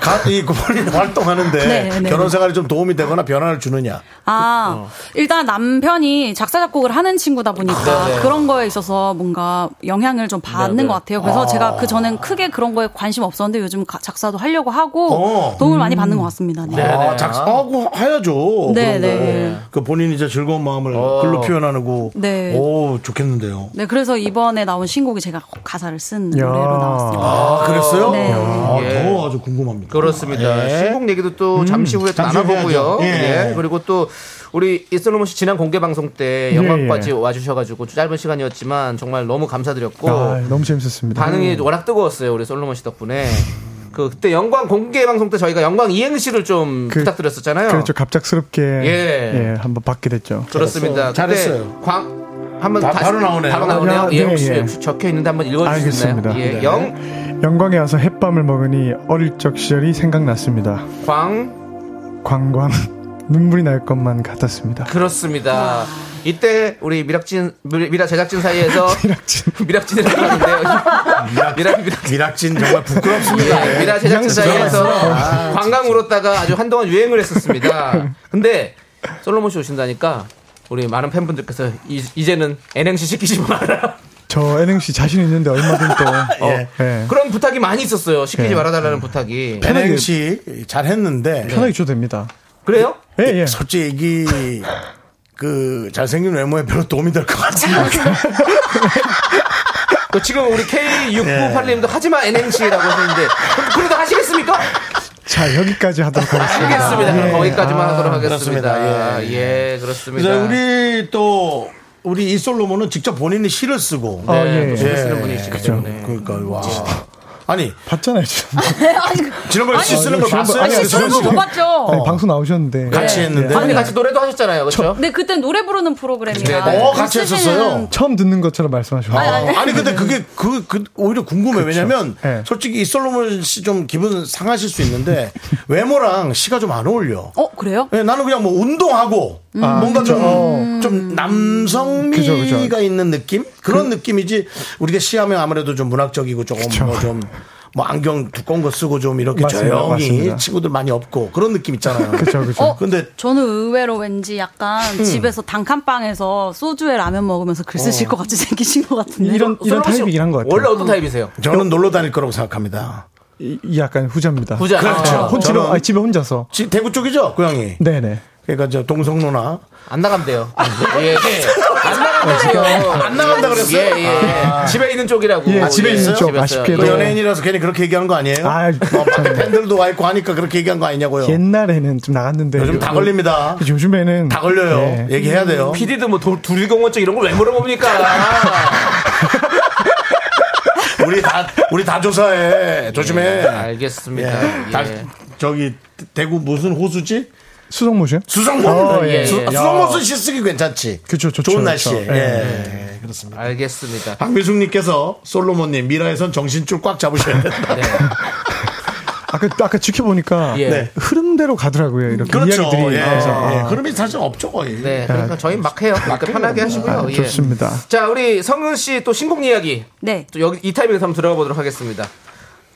S1: 가, 이 [laughs] 고모님 활동하는데
S10: 예. 네, 네.
S1: 결혼 생활에 좀 도움이 되거나 변화를 주느냐.
S10: 아, 일단 남편이 작사 작곡을 하는 친구다 보니까
S2: 네, 네.
S10: 그런 거에 있어서 뭔가 영향을 좀 받는
S2: 네, 네.
S10: 것 같아요. 그래서 제가 그 전엔 크게 그런 거에 관심 없었는데 요즘 가- 작사도 하려고 하고
S1: 어.
S10: 도움을 많이 받는 것 같습니다. 네.
S1: 아, 작사하고 해야죠.
S10: 네, 네,
S1: 그런 거.
S10: 네. 어.
S1: 그 본인 이제 즐거운 마음을 글로 표현하고.
S10: 네.
S1: 오, 좋겠는데요.
S10: 네, 그래서 이번에 나온 신곡이 제가 가사를 쓴
S9: 야.
S10: 노래로 나왔습니다.
S1: 아, 그랬어요?
S10: 네.
S1: 아,
S2: 예.
S1: 더 아주 궁금합니다.
S2: 그렇습니다.
S1: 예.
S2: 신곡 얘기도 또 잠시 후에 또
S1: 잠시 후에
S2: 나눠보고요.
S1: 하죠. 예.
S2: 예. 그리고 또 우리 이슬로몬 씨 지난 공개 방송 때 영광까지
S9: 예.
S2: 와주셔가지고 짧은 시간이었지만 정말 너무 감사드렸고
S9: 아, 너무 재밌었습니다.
S2: 반응이 워낙 뜨거웠어요. 우리 솔로몬 씨 덕분에. 그 그때 영광 공개 방송 때 저희가 영광 이행시를 좀
S9: 그-
S2: 부탁드렸었잖아요.
S9: 그렇죠. 갑작스럽게
S2: 예.
S9: 예, 한번 받게 됐죠.
S2: 그렇습니다.
S1: 잘했어요.
S2: 그때 광 한번
S1: 바-
S2: 다시-
S1: 바로 나오네요.
S2: 바로 나오네요.
S9: 아,
S2: 예,
S9: 네,
S2: 혹시
S9: 예.
S2: 혹시 적혀 있는데 한번 읽어주실 수 있나요?
S9: 알겠습니다.
S2: 예,
S1: 네.
S2: 영광
S9: 영광에 와서 햇밤을 먹으니 어릴 적 시절이 생각났습니다. 광광 [laughs] 눈물이 날 것만 같았습니다.
S2: 그렇습니다. 이때 우리 미락진 미- 미라 제작진 사이에서
S9: 미락진.
S2: 미락진이라고 하는데요. 미락 미락
S1: 미락진 정말 부끄럽습니다.
S9: 네.
S2: 예, 미라 제작진 사이에서 아, 관광 울었다가 아주 한동안 유행을 했었습니다. 근데 솔로몬 씨 오신다니까 우리 많은 팬분들께서 이, 이제는 NNC 시키지 마라.
S9: 저 NNC 자신 있는데 얼마든 [laughs] 또
S2: 어.
S9: 예.
S2: 그런 부탁이 많이 있었어요. 시키지
S9: 예.
S2: 말아달라는 부탁이.
S1: NNC 잘했는데
S9: 편하게 줘도 됩니다.
S2: 그래요?
S9: 예, 예.
S1: 솔직히 그 잘생긴 외모에 별로 도움이 될 것 같지 않아요.
S2: 그 지금 우리 K698님도
S1: 예.
S2: 하지만 NNC라고 하시는데 그- 그래도 하시겠습니까?
S9: 자, 여기까지 하도록 하겠습니다.
S2: 알겠습니다. 그럼
S9: 예.
S2: 거기까지만 하도록
S1: 아, 그렇습니다.
S2: 하겠습니다.
S1: 예.
S2: 예, 그렇습니다.
S1: 그래서 우리 또 우리 이솔로몬은 직접 본인이 시를 쓰고
S9: 어, 예,
S2: 네,
S9: 예.
S2: 시를 쓰는 분이시기
S9: 그죠.
S2: 때문에.
S1: 그러니까 와 아니
S9: 봤잖아요, 지금.
S1: [laughs] 지난번에 시 쓰는
S9: 이거
S1: 걸
S9: 지난번에-
S1: 봤어요?
S9: 아니,
S10: 시 쓰는 거
S1: 지난번에
S10: 못 봤죠?
S9: 아니, 방송 나오셨는데.
S1: 같이 했는데
S2: 아니 같이 노래도 하셨잖아요, 그렇죠?
S10: 근데 그때 노래 부르는 프로그램이라
S2: 네, 네.
S1: 어, 같이
S10: 쓰시는-
S1: 했었어요.
S9: 처음 듣는 것처럼 말씀하셨어요.
S1: 아니 근데 그게 그, 그 오히려 궁금해 요 왜냐면
S9: 예.
S1: 솔직히 이솔로몬 씨 좀 기분 상하실
S9: [laughs]
S1: 수 있는데 외모랑 시가 좀 안 어울려
S10: 어, 그래요?
S1: 예, 나는 그냥 뭐 운동하고
S9: 음.
S1: 뭔가 좀, 좀 남성미가
S9: 아, 어. 그죠, 그죠.
S1: 있는 느낌 그런 느낌이지 우리가 시하면 아무래도 좀 문학적이고 조금 뭐 좀 뭐 안경 두꺼운 거 쓰고 좀 이렇게
S9: 맞습니다,
S1: 조용히
S9: 맞습니다.
S1: 친구들 많이 없고 그런 느낌 있잖아요.
S9: 그죠, 그죠.
S10: 어?
S1: 근데
S10: 저는 의외로 왠지 약간 집에서 단칸방에서 소주에 라면 먹으면서 글 쓰실 것 같이 생기신 것 같은데. 어,
S9: 이런, 이런
S2: 솔로몬 씨
S9: 타입이긴 한 것 같아요.
S2: 원래 어떤 타입이세요?
S1: 저는 놀러 다닐 거라고 생각합니다.
S9: 이, 이 약간 후자입니다.
S2: 부자.
S1: 그렇죠.
S2: 아,
S9: 혼, 집에,
S1: 저는-
S9: 아, 집에 혼자서.
S1: 지- 대구 쪽이죠, 고향이.
S9: 네네.
S1: 그러니까 저 동성로나
S2: 안 나간대요. 예, 예. 안 나간대요. 안
S1: 나간다 그랬어요?
S2: 예, 예. 집에 있는 쪽이라고.
S9: 예, 아, 집에 있는 쪽,
S2: 집에서요.
S9: 아쉽게도.
S1: 그
S9: 네.
S1: 연예인이라서 괜히 그렇게 얘기하는 거 아니에요?
S9: 아,
S1: 어, 밖에 팬들도 와 있고 하니까 그렇게 얘기한 거 아니냐고요.
S9: 옛날에는 좀 나갔는데.
S1: 요즘 다 걸립니다.
S9: 그죠, 요즘에는.
S1: 다 걸려요.
S9: 예.
S1: 얘기해야 돼요.
S2: PD도 뭐 도- 두리공원증 이런 걸 왜 물어봅니까?
S1: 우리 다 우리 다 조사해. 조심해.
S2: 예,
S1: 예.
S2: 알겠습니다. 예.
S1: 다- 저기 대구 무슨 호수지?
S9: 수성모죠?
S1: 수성모.
S9: 어, 예,
S1: 수,
S2: 예.
S1: 성모수 시쓰기 괜찮지.
S9: 그쵸, 좋죠,
S1: 좋은
S9: 좋죠.
S1: 날씨에.
S9: 예.
S1: 예. 그렇습니다.
S2: 알겠습니다.
S1: 박미숙님께서 솔로몬님 미라에선 정신줄 꽉 잡으셔야 된다.
S2: 네.
S9: 아까, 아까 지켜보니까.
S2: 예.
S1: 네.
S9: 흐름대로 가더라고요. 이렇게
S1: 그렇죠.
S9: 이야기들이.
S1: 예.
S9: 그래서,
S1: 예.
S9: 아,
S1: 흐름이 사실 없죠 거의.
S2: 네, 그러니까 저희 막 해요. 그러니까 편하게 하시고요.
S9: 아,
S2: 예.
S9: 좋습니다.
S2: 자, 우리 성은 씨 또 신곡 이야기
S10: 네.
S2: 또 여기 이 타이밍에서 한번 들어가 보도록 하겠습니다.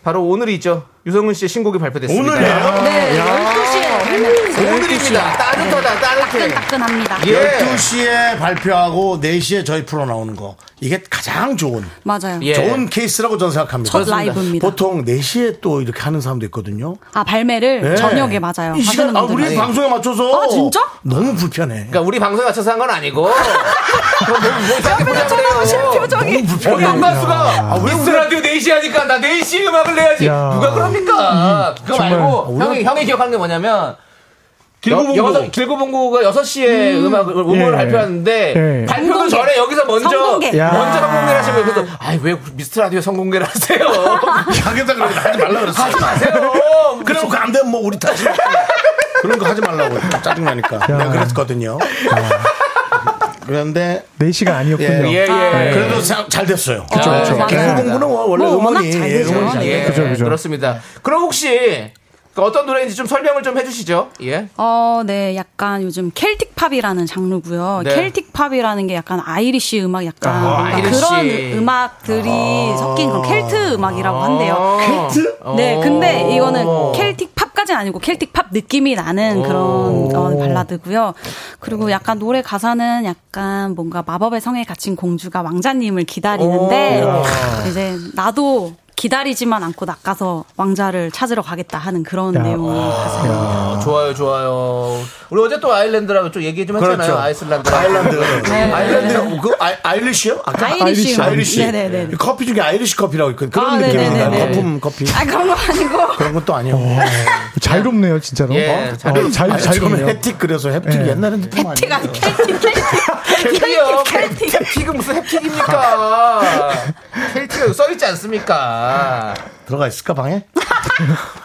S2: 바로 오늘이 있죠. 유성은 씨의 신곡이 발표됐습니다.
S1: 오늘이에요.
S10: 네, 12시에 네,
S2: 오늘입니다. 따뜻하다, 따뜻해.
S10: 따끈따끈합니다.
S2: 예.
S1: 12시에 발표하고 4시에 저희 프로 나오는 거. 이게 가장 좋은
S10: 맞아요.
S2: 예.
S1: 좋은 케이스라고 저는 생각합니다.
S10: 첫 라이브입니다.
S1: 보통 4시에 또 이렇게 하는 사람도 있거든요.
S10: 아, 발매를
S1: 예.
S10: 저녁에 맞아요.
S1: 이 시간, 아,
S10: 하시는 분들은.
S1: 우리 방송에 맞춰서.
S10: 아, 진짜?
S1: 너무 불편해.
S2: 그러니까 우리 방송에 맞춰서 한 건 아니고. 그건 너무 뭐 이상하게 보자
S10: 쳐다보시는
S2: 그래요.
S10: 표정이.
S2: 어디 음반수가 미스 라디오 4시 하니까 나 4시 음악을 내야지
S9: 야.
S2: 누가 그럽니까 그거
S9: 정말.
S2: 말고 형이, 형이 기억하는 게 뭐냐면
S1: 길고봉고.
S2: 여- 여섯- 길고봉고가 6시에 음. 악을 음원을
S3: 예.
S2: 발표하는데
S3: 예.
S2: 발표도
S10: 공공개.
S2: 전에 여기서 먼저
S10: 성공개.
S3: 야.
S2: 먼저 성공개를 하시면 그래서 아이 왜 미스터 라디오 성공개를 하세요?
S1: 하겠다 그러니까 하지 말라 그랬어.
S2: 하지 마세요.
S1: [laughs] 그래서 그안 되면 뭐 우리 탓이 그런 거 하지 말라고 짜증 나니까 내가 그랬거든요. 그런데
S3: 네시가 아니었군요.
S2: 예, 예.
S1: 그래도 사- 잘 됐어요. 네.
S10: 그쵸, 그쵸. 맞아요.
S1: 개그공부는 원래
S10: 뭐 워낙
S1: 음원이
S10: 잘
S1: 예,
S10: 되죠.
S1: 음원이 잘
S2: 예.
S3: 그죠, 그죠.
S2: 그렇습니다. 그럼 혹시 그 어떤 노래인지 좀 설명을 좀 해주시죠. 예.
S10: 어, 네, 약간 요즘 켈틱 팝이라는 장르고요.
S2: 네.
S10: 켈틱 팝이라는 게 약간 아이리시 음악, 약간 뭔가
S2: 아이리시. 아.
S10: 그런 음악들이 섞인 그런 켈트 음악이라고 한대요.
S2: 트
S10: 네, 근데 이거는 켈틱 팝까지는 아니고 켈틱 팝 느낌이 나는 그런 어, 발라드고요. 그리고 약간 노래 가사는 약간 뭔가 마법의 성에 갇힌 공주가 왕자님을 기다리는데 이제 나도 기다리지만 않고 낚아서 왕자를 찾으러 가겠다 하는 그런
S3: 야.
S10: 내용의 가사.
S2: 좋아요, 좋아요. 우리 어제 또 아일랜드라고 좀 얘기 좀 했잖아요.
S1: 그렇죠.
S2: 아이슬란드.
S1: 아일랜드.
S10: 네.
S2: 뭐
S1: 아일랜드 그 아- 아일리시요? 아까
S10: 아이리시 음악.
S1: 아이리시.
S10: 네네네.
S1: 커피 중에 아이리시 커피라고 있거든. 그런
S10: 아,
S1: 느낌이다.
S10: 네네네네. 어,
S1: 거품 커피.
S10: 아 그런 거 아니고
S1: 그런 것도 아니고.
S3: 자유롭네요, 진짜로.
S1: 뭐?
S2: 예,
S3: 어?
S2: 자유-
S3: 어, 자유,
S1: 아니, 처음에
S3: 자유롭네요.
S1: 해틱 그래서 해틱
S3: 예.
S1: 옛날에는 좀 아니에요.
S10: 티가 켈틱
S2: 헬틱이요.
S10: 켈틱.
S2: 헬틱은 무슨
S1: [laughs]
S2: 헬틱입니까? 헬틱 여기 써있지 않습니까?
S1: 들어가
S10: [laughs]
S1: 있을까 방에?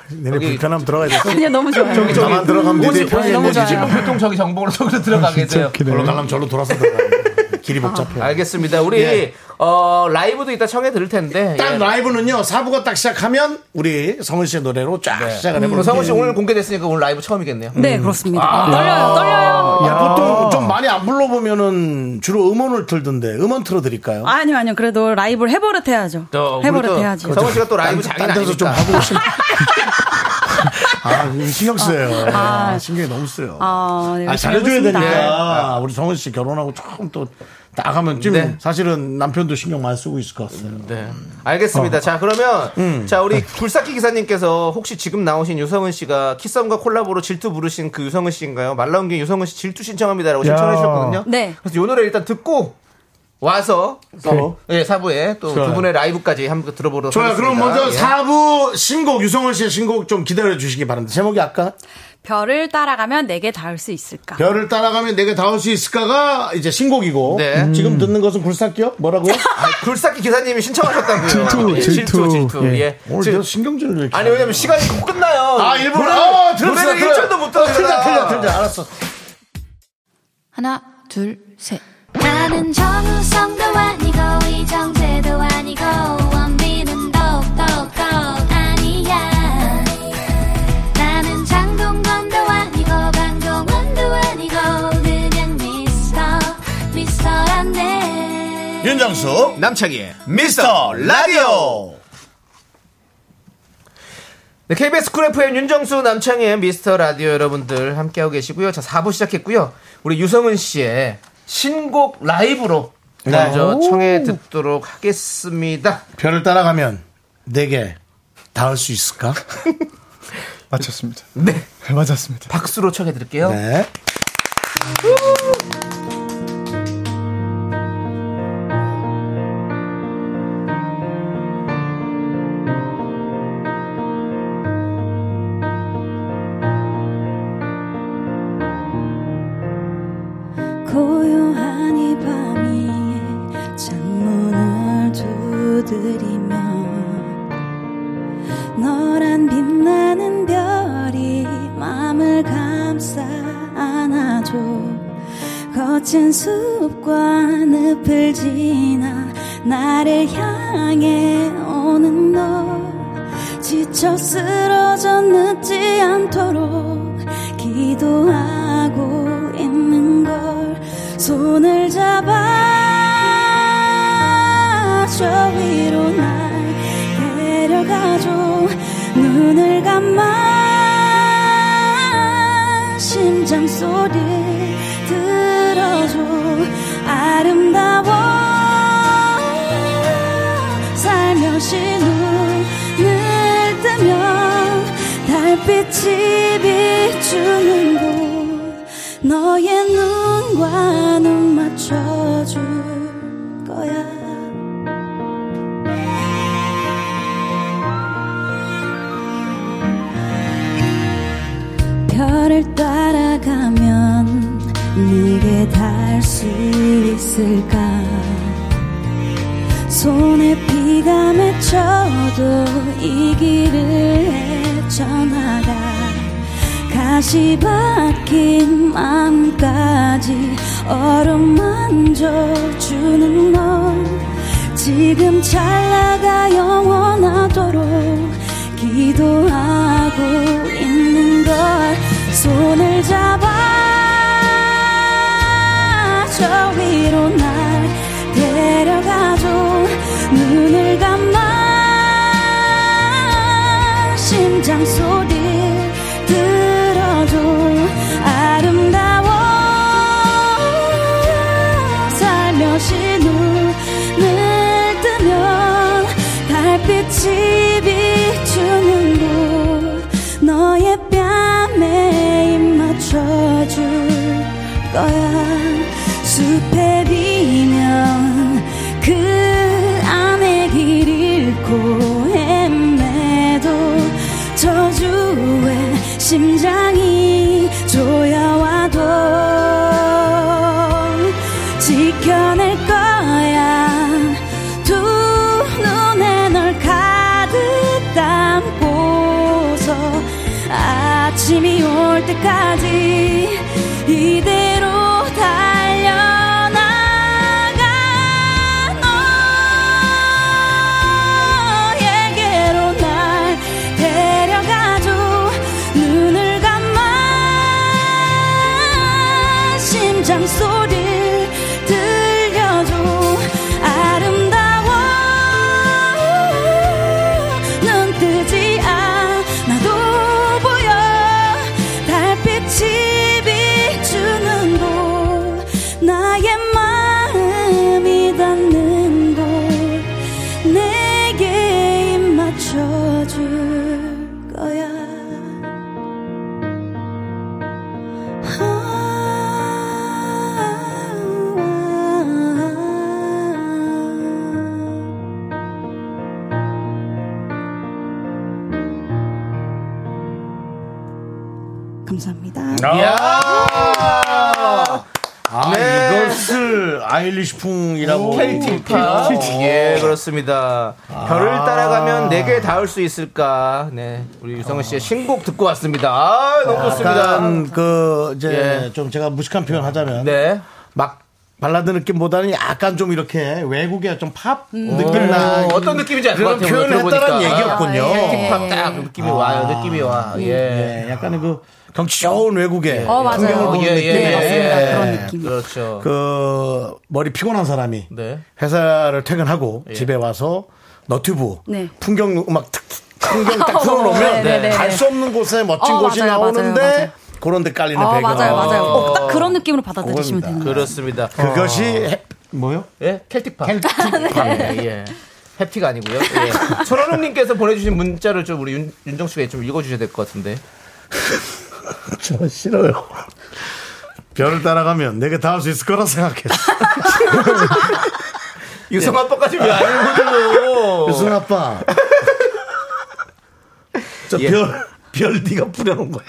S1: 내내 불편하면 들어가 있어.
S10: 아니요 너무 좋아요.
S1: 저기 저만 들어가면 되지.
S2: 오지, 오지,
S1: 편히
S10: 그 너무
S1: 있는
S10: 좋아요.
S1: 지지.
S2: 지금 보통 저기 정보로 저기로 들어가게 돼요.
S3: 기대.
S1: 걸로 가려면 절로 돌아서 들어가. 길이 복잡해.
S10: 아,
S2: 알겠습니다. 우리
S1: 예.
S2: 어, 라이브도 이따 청해 들을 텐데.
S1: 딱
S2: 예.
S1: 라이브는요. 사부가 딱 시작하면 우리 성은 씨의 노래로 쫙
S10: 음,
S1: 시작을 해보는
S2: 그럼 성우 씨 오늘 공개됐으니까 오늘 라이브 처음이겠네요.
S10: 네 그렇습니다. 떨려요 떨려요.
S1: 아, 보통 좀 많이 안 불러보면은 주로 음원을 틀던데 음원 틀어드릴까요?
S10: 아니요 아니요 그래도 라이브를 해버릇 해야죠.
S2: 또 우리
S10: 해버릇
S2: 또
S10: 해야지.
S1: 그
S2: 성우 씨가 또 라이브
S1: 딴-
S2: 장인
S1: 딴 데서 좀
S2: 아니니까.
S1: 하고 오시면 [laughs] 아 이거 신경 쓰여요.
S10: 아.
S1: 아, 신경이 너무 쓰여.
S10: 아, 네,
S1: 아,
S10: 열심히
S1: 잘해줘야
S10: 해보겠습니다.
S1: 되니까 우리 성은 씨 결혼하고 조금 또 나가면 지금
S2: 네.
S1: 사실은 남편도 신경 많이 쓰고 있을 것 같아요.
S2: 네.
S1: 어.
S2: 알겠습니다. 자, 그러면
S1: 음.
S2: 자, 우리 굴삭기 기사님께서 혹시 지금 나오신 유성은 씨가 키썸과 콜라보로 질투 부르신 그 유성은 씨인가요? 말 나온 게 유성은 씨 질투 신청합니다라고
S3: 야.
S2: 신청해 주셨거든요.
S10: 네.
S2: 그래서 요 노래 일단 듣고 와서 또 예, 사부에 또 두 분의 라이브까지 한번 들어보도록
S1: 좋아요.
S2: 하겠습니다.
S1: 그럼 먼저
S2: 예.
S1: 사부 신곡 유성은 씨의 신곡 좀 기다려 주시기 바랍니다. 제목이 아까
S10: 별을 따라가면 내게 닿을 수 있을까?
S1: 별을 따라가면 내게 닿을 수 있을까가 이제 신곡이고
S2: 네.
S1: 음. 지금 듣는 것은 굴삭기요? 뭐라고요?
S2: 아, 굴삭기 기사님이 신청하셨다고요.
S3: 질투,
S2: 예, 질투,
S3: 질투.
S2: 질투.
S3: 예.
S2: 예.
S1: 오늘
S2: 지금-
S1: 내가 신경질을 이렇게
S2: 아니 왜냐면 시간이 곧 끝나요.
S1: 아 일부러
S2: 노래를-
S1: 어, 들읍시다,
S2: 노래를
S1: 들어요.
S2: 1절도 못 아.
S1: 어, 틀자
S2: 들었다.
S1: 틀자 틀자 알았어
S6: 하나, 둘, 셋.
S11: 나는 정우성도 아니고 이정재도 아니고 원빈은 더욱더 아니야 나는 장동건도 아니고 강동원도 아니고 그냥 미스터 미스터란데
S1: 윤정수
S2: 남창희의
S1: 미스터 라디오
S2: 네, KBS 쿨 FM 윤정수 남창희의 미스터 라디오 여러분들 함께하고 계시고요. 자, 4부 시작했고요. 우리 유성은 씨의 신곡 라이브로
S1: 네.
S2: 먼저 청해 듣도록 하겠습니다.
S1: 별을 따라가면 내게 닿을 수 있을까?
S3: 맞췄습니다.
S2: 네,
S3: 맞았습니다.
S2: 박수로 청해 드릴게요.
S1: 네
S6: 고요한 이 밤이 창문을 두드리며 너란 빛나는 별이 마음을 감싸 안아줘 거친 숲과 늪을 지나 나를 향해 오는 너 지쳐 쓰러져 늦지 않도록 기도하고 있는 걸 손을 잡아 저 위로 날 데려가줘 눈을 감아 심장 소리 들어줘 아름다워 살며시 눈을 뜨면 달빛이 비추는 곳 너의 눈과 눈 맞춰줄 거야 별을 따라 수 있을까 손에 피가 맺혀도 이 길을 헤쳐나가 가시박힌 마음까지 어루만져주는 넌 지금 찰나가 영원하도록 기도하고 있는 걸 손을 잡아 저 위로 날 데려가줘 눈을 감아 심장 소리 들어줘 아름다워 살며시 눈을 뜨면 달빛이 비추는 곳 너의 뺨에 입 맞춰줄 거야 숲에 비면 그 안에 길 잃고 헤매도 저주에 심장이 조여와도 지켜낼 거야 두 눈에 널 가득 담고서 아침이 올 때까지 이대로 달려나가 너에게로 날 데려가줘 눈을 감아 심장 소리 들려줘 아름다워 눈 뜨지 않아도 보여 달빛이 비추는 곳 나의 마음이 닿는 곳 내게 입 맞춰줄 거야 감사합니다.
S1: 아,
S2: 네.
S1: 이것을 아일리시풍이라고.
S2: 켈틱팝. 예, 그렇습니다.
S1: 아.
S2: 별을 따라가면 내게 닿을 수 있을까? 네, 우리 유성은 씨의 신곡 듣고 왔습니다. 아, 너무 좋습니다.
S1: 네. 약간 그 이제
S2: 예. 네.
S1: 좀 제가 무식한 표현 하자면
S2: 막
S1: 발라드 느낌보다는 약간 좀 이렇게 외국의 좀 팝
S2: 오,
S1: 느낌 나
S2: 음. 어떤 느낌인지 알것
S1: 그런
S2: 같아요.
S1: 표현을 했다는
S2: 들어보니까.
S1: 얘기였군요.
S2: 아, 예. 힙합 딱 느낌이 와요, 느낌이 와.
S1: 아.
S2: 예.
S1: 약간의 그 경치 좋은 외국의
S2: 어, 맞아요.
S1: 풍경을 보는
S10: 네,
S2: 예, 예,
S1: 느낌.
S2: 예, 맞습니다. 그런
S1: 느낌.
S2: 그렇죠.
S1: 그 머리 피곤한 사람이
S2: 네. 예.
S1: 회사를 퇴근하고 집에 와서 너튜브
S10: 네.
S1: 풍경 음악 탁 풍경
S10: [laughs]
S1: 딱
S10: 네,
S1: 틀어놓으면
S10: 네, 네.
S1: 갈 수 없는 곳에 멋진
S10: 어,
S1: 곳이
S10: 맞아요, 맞아요,
S1: 나오는데
S10: 맞아요.
S1: 그런 데 깔리는
S10: 아,
S1: 배경.
S10: 맞아요, 맞아요. 어, 딱 그런 느낌으로
S1: 그겁니다.
S10: 받아들이시면 되는 거예요.
S2: 그렇습니다.
S1: 그것이
S2: 어.
S1: 해- 뭐요? [laughs]
S2: 예, 켈틱팝. 켈틱팝. 예. 해피가 아니고요. [laughs] 예. 천원웅님께서 보내주신 문자를 좀 우리 윤, 윤정 씨가 좀 읽어주셔야 될 것
S1: 예.
S2: 같은데.
S1: 저 싫어요. 별을 따라가면 내게 닿을 수 있을 거라 예. 생각했어.
S2: [laughs] 유성 아빠까지 왜 안 읽어줘요?
S1: 유승 아빠. [laughs] 저
S2: 예.
S1: 별, 별 네가 부려놓은 거야.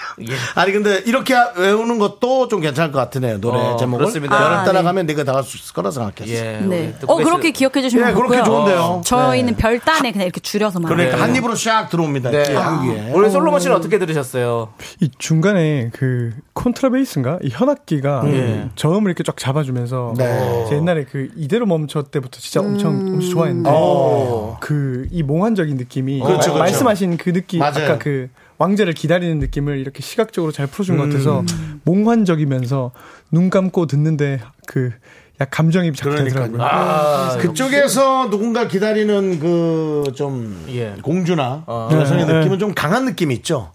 S1: 아니 근데 이렇게 외우는 것도 좀 괜찮을 것 같으네요. 노래
S2: 어,
S1: 제목을.
S2: 그렇습니다. 네.
S1: 별을
S10: 아,
S1: 따라가면 내가 닿을 수 있을 거라 생각했어.
S2: 예.
S10: 네. 어, 그렇게 기억해 주시면
S1: 예, 그렇게
S10: 좋고요.
S1: 좋은데요.
S10: 어. 저희는 별단에 그냥 이렇게 줄여서 말해요.
S1: 그러니까 한 입으로 샥 들어옵니다.
S2: 네.
S1: 예, 한 귀에.
S2: 오늘 솔로몬 씨는 어떻게 들으셨어요?
S9: 이 중간에 그 콘트라베이스인가 이 현악기가
S2: 예.
S9: 저음을 이렇게 쫙 잡아주면서
S1: 네. 음.
S9: 제가 옛날에 그 이대로 멈춰 때부터 진짜 엄청 엄청 좋아했는데
S1: 오.
S9: 그 이 몽환적인 느낌이
S1: 그렇죠, 그렇죠.
S9: 말씀하신 그 느낌
S1: 맞아요.
S9: 아까 그 왕자를 기다리는 느낌을 이렇게 시각적으로 잘 풀어준 것 같아서 몽환적이면서 눈 감고 듣는데 그 약 감정이 잘 되더라고요.
S2: 아,
S1: 그쪽에서 누군가 기다리는 그 좀
S2: 예.
S1: 공주나 여성의
S9: 네, 네.
S1: 느낌은 좀 강한 느낌이 있죠.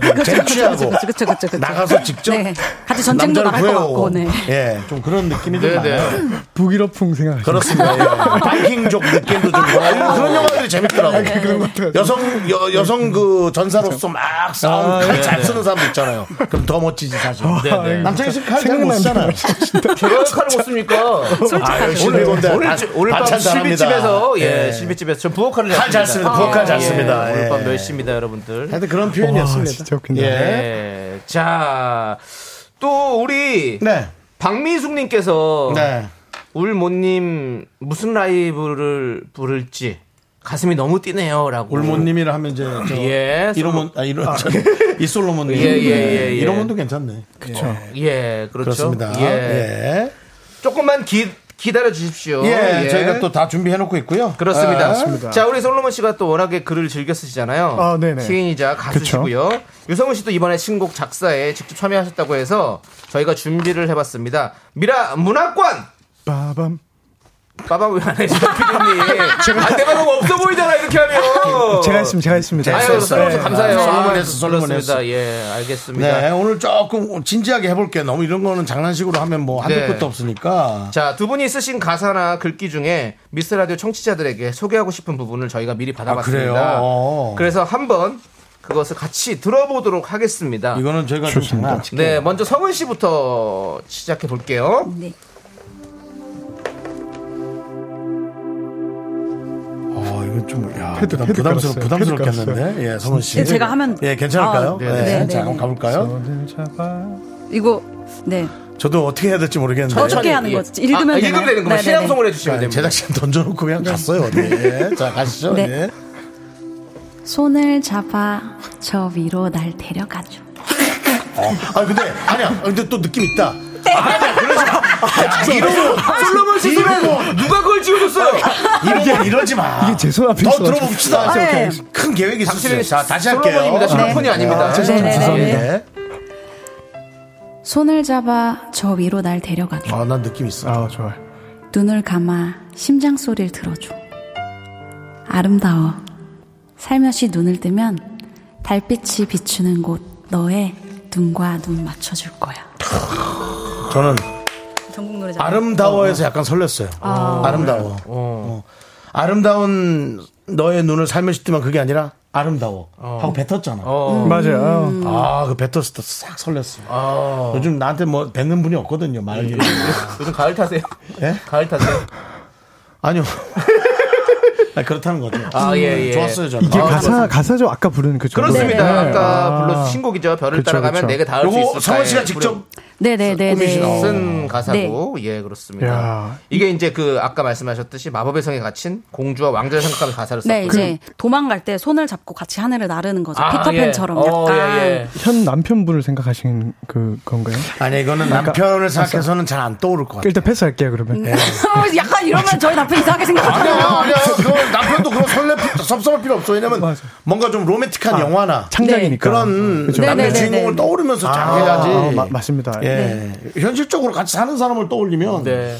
S10: [laughs]
S1: 좀 쟁취하고
S10: 어. 그렇죠, 그쵸, 그쵸, 그렇죠, 그쵸, 그쵸.
S1: 나가서 직접
S10: 네. 같이 전쟁도
S1: 남자를
S10: 나갈 것
S1: 구해오고.
S10: 같고, 네.
S1: 예, 좀 그런 느낌이 좀
S2: 네네.
S1: 나요.
S9: 북유럽풍 생각.
S1: 그렇습니다. 예. 바이킹족 느낌도 좀 있고. 아니, 그런 영화들이 재밌더라고요.
S10: 네,
S1: 여성 여, 여성 그 전사로서 막 싸움
S9: 아,
S1: 칼 잘 쓰는 사람도 있잖아요. 그럼 더 멋지지 사실.
S2: 네네.
S1: 남창희 씨칼잘못
S9: 생각난다.
S1: 쓰잖아요.
S2: 아, 제가 역할을 못 씁니까?
S1: 아, 열심히
S2: 오늘,
S1: 해본데
S2: 오늘,
S1: 아,
S2: 오늘 밤
S1: 반찬 잘합니다.
S2: 12집에서, 예,
S1: 예.
S2: 12집에서 전 부엌칼을
S1: 칼잘 씁니다. 부엌칼 잘 씁니다.
S2: 아, 오늘
S1: 예. 네.
S2: 밤 10시입니다, 여러분들.
S1: 하여튼 그런 예.
S9: 와
S1: 표현이었습니다.
S9: 진짜 웃긴다.
S1: 예.
S10: 어.
S2: 예. 자, 또 우리
S1: 네.
S2: 박미숙님께서
S1: 네.
S2: 울모님 무슨 라이브를 부를지 가슴이 너무 뛰네요라고.
S1: 울모님이라 하면 이제 저
S2: 예,
S1: 이로몬 아 이로
S2: 아.
S1: 저 이솔로몬님 네.
S2: 예, 예, 예, 예.
S1: 이로몬도 괜찮네. 그렇죠.
S2: 예, 그렇죠.
S1: 그렇습니다.
S2: 예.
S1: 예.
S2: 조금만 기, 기다려 주십시오.
S1: 예, 저희가 또 다 준비해 놓고 있고요.
S2: 그렇습니다.
S1: 아,
S2: 자, 우리 솔로몬 씨가 또 워낙에 글을 즐겨 쓰시잖아요.
S1: 아, 네네.
S2: 시인이자 가수시고요. 유성훈 씨도 이번에 신곡 작사에 직접 참여하셨다고 해서 저희가 준비를 해봤습니다. 미라 문학관!
S9: 빠밤.
S2: 빠밤 왜안 해주세님 아, 안대가 너무 없어 보이잖아, 이렇게 하면.
S9: 제가 했습니다. 제가 했습니다.
S2: 아유, 솔로몬 씨
S1: 네.
S2: 감사해요.
S1: 솔로몬
S2: 아,
S1: 했어, 솔로몬 했어.
S2: 그렇습니다. 예, 알겠습니다.
S1: 네, 오늘 조금 진지하게 해볼게요. 너무 이런 거는 장난식으로 하면 뭐 한도
S2: 네.
S1: 끝도 없으니까.
S2: 자, 두 분이 쓰신 가사나 글귀 중에 미스 라디오 청취자들에게 소개하고 싶은 부분을 저희가 미리
S1: 그래요?
S2: 받아봤습니다.
S1: 어.
S2: 그래서 한번 그것을 같이 들어보도록 하겠습니다.
S1: 이거는 저희가 좀 장난 안 칠게요.
S2: 네, 먼저 성은 씨부터 시작해 볼게요.
S10: 네.
S1: 어, 이건 좀, 야,
S9: 패드,
S1: 부담,
S9: 패드
S1: 부담스러,
S9: 깔았어요. 패드
S1: 부담스럽겠는데?
S9: 깔았어요.
S1: 예, 성훈 씨.
S10: 네, 제가 하면-
S1: 예, 괜찮을까요?
S10: 아,
S1: 네,
S10: 네, 네.
S1: 자, 한번 가볼까요?
S10: 이거 네.
S1: 저도 어떻게 해야 될지 모르겠는데.
S2: 네.
S10: 어떻게 하는 거지?
S2: 아,
S10: 읽으면 되나요? 네네네.
S2: 해주시면
S1: 됩니다. 아, 제작진 던져놓고 그냥 갔어요. [laughs] 네. 자, 가시죠.
S10: 네.
S1: 네.
S6: 손을 잡아 저 위로 날 데려가줘.
S1: 어. 아, 근데, 아니야. 근데 또 느낌 있다. 아니야, 그러지 마. 아, 진짜.
S2: 이러고 솔로몬 씨
S1: 이러고.
S2: 손을 누가 그걸 지어줬어요?
S1: 이러고 이러지 마.
S9: 이게 제 손 앞에
S1: 더
S9: 있어가지고.
S1: 들어봅시다.
S2: 아, 네.
S1: 오케이. 큰 계획이 있었어요.
S2: 당신은
S1: 자, 다시 할게요.
S2: 솔로몬입니다. 실로폰이
S1: 네.
S2: 아닙니다.
S1: 아, 죄송합니다.
S2: 네네네.
S1: 죄송합니다.
S6: 손을 잡아 저 위로 날 데려가줘.
S1: 아, 난 느낌 있어.
S9: 아, 좋아요.
S6: 눈을 감아 심장 소리를 들어줘. 아름다워. 살며시 눈을 뜨면 달빛이 비추는 곳 너의 눈과 눈 맞춰줄 거야.
S1: 저는
S10: 전국 노래 잘.
S1: 아름다워에서 약간 설렜어요.
S10: 아.
S1: 아름다워. 어. 아름다운 너의 눈을 살며시 뜨면 그게 아니라 아름다워 하고 뱉었잖아. 음.
S2: 어.
S9: 맞아요.
S1: 아, 그 뱉었을 때 싹 설렜어.
S2: 아.
S1: 요즘 나한테 뭐 뱉는 분이 [laughs] 없거든요. 말기.
S2: 요즘 가을 타세요?
S1: 예?
S2: 가을 타세요?
S1: [laughs] [laughs] 아니요. 아니, 그렇다는 거죠.
S2: 아, 예, 예.
S1: 좋았어요, 저는.
S9: 이게
S1: 아,
S9: 가사 가사죠. 아까 부르는 그 정도.
S2: 그렇습니다.
S9: 네.
S2: 아까
S9: 아.
S2: 불러서 신곡이죠. 별을
S9: 그쵸,
S2: 따라가면
S9: 그쵸.
S2: 내게 닿을 수
S1: 요거
S2: 있을까?
S1: 성원 씨가 직접
S6: 네네네네.
S1: 꾸미시나?
S2: 쓴 가사고
S10: 네.
S2: 예 그렇습니다.
S9: 야.
S2: 이게 이제 그 아까 말씀하셨듯이 마법의 성에 갇힌 공주와 왕자를 생각하는 가사를 썼고
S10: 네, 이제 도망갈 때 손을 잡고 같이 하늘을 나르는 거죠.
S2: 아,
S10: 피터팬처럼
S2: 예. 어,
S10: 약간.
S2: 예, 예.
S9: 현 남편분을 생각하신 그 건가요?
S1: 아니, 이거는 남편을 생각해서는 잘 안 떠오를 것 같아요.
S9: 일단 패스할게요 그러면.
S10: [laughs] 약간 이러면 저희 남편 이상하게
S1: 예. 아니요,
S10: 생각하잖아요.
S1: 아니요. 그건 남편도 그런 설레, 섭섭할 필요 없어. 왜냐면
S9: 맞아. 아.
S1: 뭔가 좀 로맨틱한 영화나
S10: 네.
S9: 창작이니까.
S1: 그런
S9: 그쵸.
S1: 그러니까. 남의
S10: 네네네네.
S1: 주인공을 떠오르면서 잘 해야지.
S9: 그렇죠. 아, 마- 맞습니다. 네.
S1: 예. 현실적으로 같이 사는 사람을 떠올리면
S2: 네.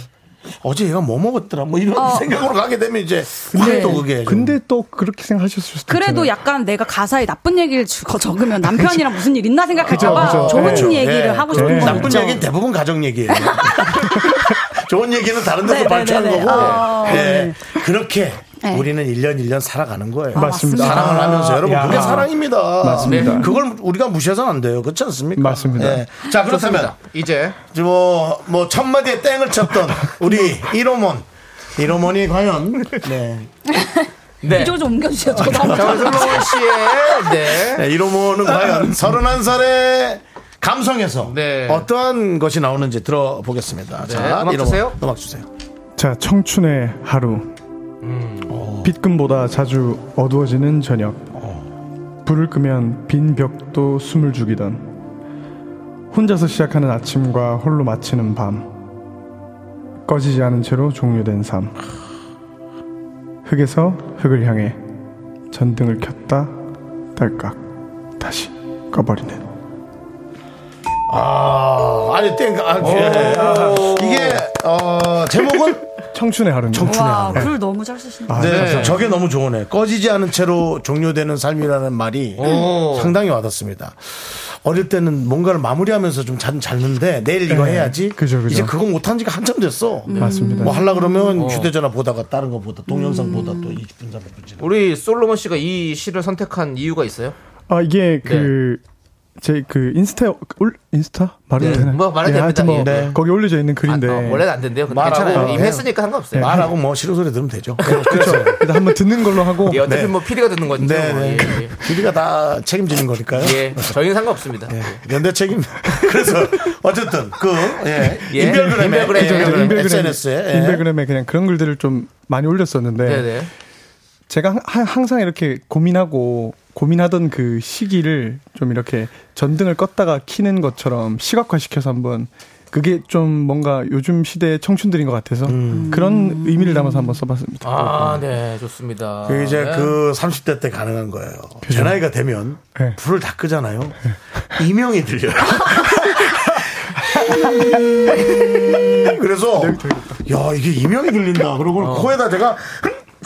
S1: 어제 얘가 뭐 먹었더라 뭐 이런
S10: 어.
S1: 생각으로 가게 되면 이제
S10: 근데-
S1: 또 그게 좀
S9: 근데 또 그렇게 생각하셨을 수도
S10: 그래도
S9: 있잖아요.
S10: 약간 내가 가사에 나쁜 얘기를 주- 거- 적으면 남편이랑 무슨 일 있나
S9: 그죠,
S10: 생각할까봐
S9: 그죠.
S10: 좋은
S9: 그렇죠.
S10: 얘기를
S1: 예.
S10: 하고 싶은 거죠.
S1: 나쁜 얘기는 대부분 가정
S10: [laughs]
S1: 얘기예요. [laughs] 좋은 얘기는 다른 데서
S10: 네네네네.
S1: 발표한 거고
S10: 아.
S1: 예. 그렇게
S10: 네.
S1: 우리는 1년 1년 살아가는 거예요.
S9: 맞습니다.
S1: 사랑을
S9: 아,
S1: 하면서 여러분
S9: 야.
S1: 그게 사랑입니다.
S9: 맞습니다.
S1: 네. 그걸 우리가 무시해서는 안 돼요. 그렇지 않습니까?
S9: 맞습니다.
S1: 예. 자 그렇다면
S2: 좋습니다. 이제
S1: 뭐, 뭐, 첫마디에 땡을 쳤던 우리 이로몬. 이로몬이 과연, 네.
S2: 네.
S10: 이조 좀 옮겨주세요.
S9: 아,
S10: 저 너무
S2: 정슬로원 씨의 네.
S1: 네, 이로몬은 과연 31살의 감성에서
S2: 네.
S1: 어떠한 것이 나오는지 들어보겠습니다. 자,
S2: 음악
S1: 이로몬.
S2: 주세요.
S1: 음악 주세요.
S9: 자 청춘의 하루. 음. 빛금보다 자주 어. 어두워지는 저녁. 불을 끄면 빈 벽도 숨을 죽이던. 혼자서 시작하는 아침과 홀로 마치는 밤. 꺼지지 않은 채로 종료된 삶. 흙에서 흙을 향해 전등을 켰다 딸깍 다시 꺼버리는.
S1: 아, 아니, 땡, 아, 예. 이게, 어, 제목은?
S9: 청춘의 하루입니다.
S10: 와,
S9: 네.
S10: 글 너무 잘 쓰신다.
S9: 아,
S1: 네, 저게 너무 좋으네. 꺼지지 않은 채로 종료되는 삶이라는 말이 상당히 와닿습니다. 어릴 때는 뭔가를 마무리하면서 좀 잤, 잤는데 내일 이거
S9: 네.
S1: 해야지.
S9: 그죠, 그죠.
S1: 이제 그거 못한 지가 한참 됐어.
S9: 맞습니다.
S1: 뭐 하려
S2: 어.
S1: 그러면 휴대전화 보다가 다른 거 보다 동영상
S2: 음.
S1: 보다 또 20분 30분 지나.
S2: 우리 솔로몬 씨가 이 시를 선택한 이유가 있어요?
S9: 아 이게 그 제 그 인스타에 올 인스타 말해도
S2: 네,
S9: 되나요?
S2: 뭐 말해도
S9: 예, 하여튼
S2: 됩니다.
S9: 뭐
S2: 예. 네.
S9: 거기 올려져 있는 글인데
S2: 원래는 안 된대요. 근데 괜찮아요. 이미 했으니까 상관없어요. 아,
S1: 말하고 뭐 싫은 소리 들으면 되죠.
S9: 그렇죠. 일단 한번 듣는 걸로 하고
S2: 예, 어차피 뭐 PD가 듣는 거죠.
S1: 네,
S2: 뭐,
S1: 네.
S2: 예, 예.
S1: PD가 다 책임지는 거니까요. 예.
S2: 예, 저희는 상관없습니다.
S1: 네. 연대 책임. [laughs] 그래서 어쨌든 그 예.
S2: 예.
S1: 인별그램에
S2: 인별그램,
S1: 그죠, 그죠.
S9: 인별그램,
S1: SNS에 예.
S9: 인별그램에 그냥 그런 글들을 좀 많이 올렸었는데
S2: 네네.
S9: 제가 하- 항상 이렇게 고민하고 고민하던 그 시기를 좀 이렇게 전등을 껐다가 키는 것처럼 시각화 시켜서 한번 그게 좀 뭔가 요즘 시대의 청춘들인 것 같아서
S2: 음.
S9: 그런 의미를 담아서 한번 써봤습니다.
S2: 아, 네, 좋습니다.
S1: 그 이제
S2: 네.
S1: 그 30대 때 가능한 거예요. 제 나이가 되면
S2: 네.
S1: 불을 다 끄잖아요. 이명이
S2: [laughs]
S1: 들려요. 그래서
S2: 네,
S1: 야 이게 이명이 들린다. 그러고
S2: 어.
S1: 코에다 제가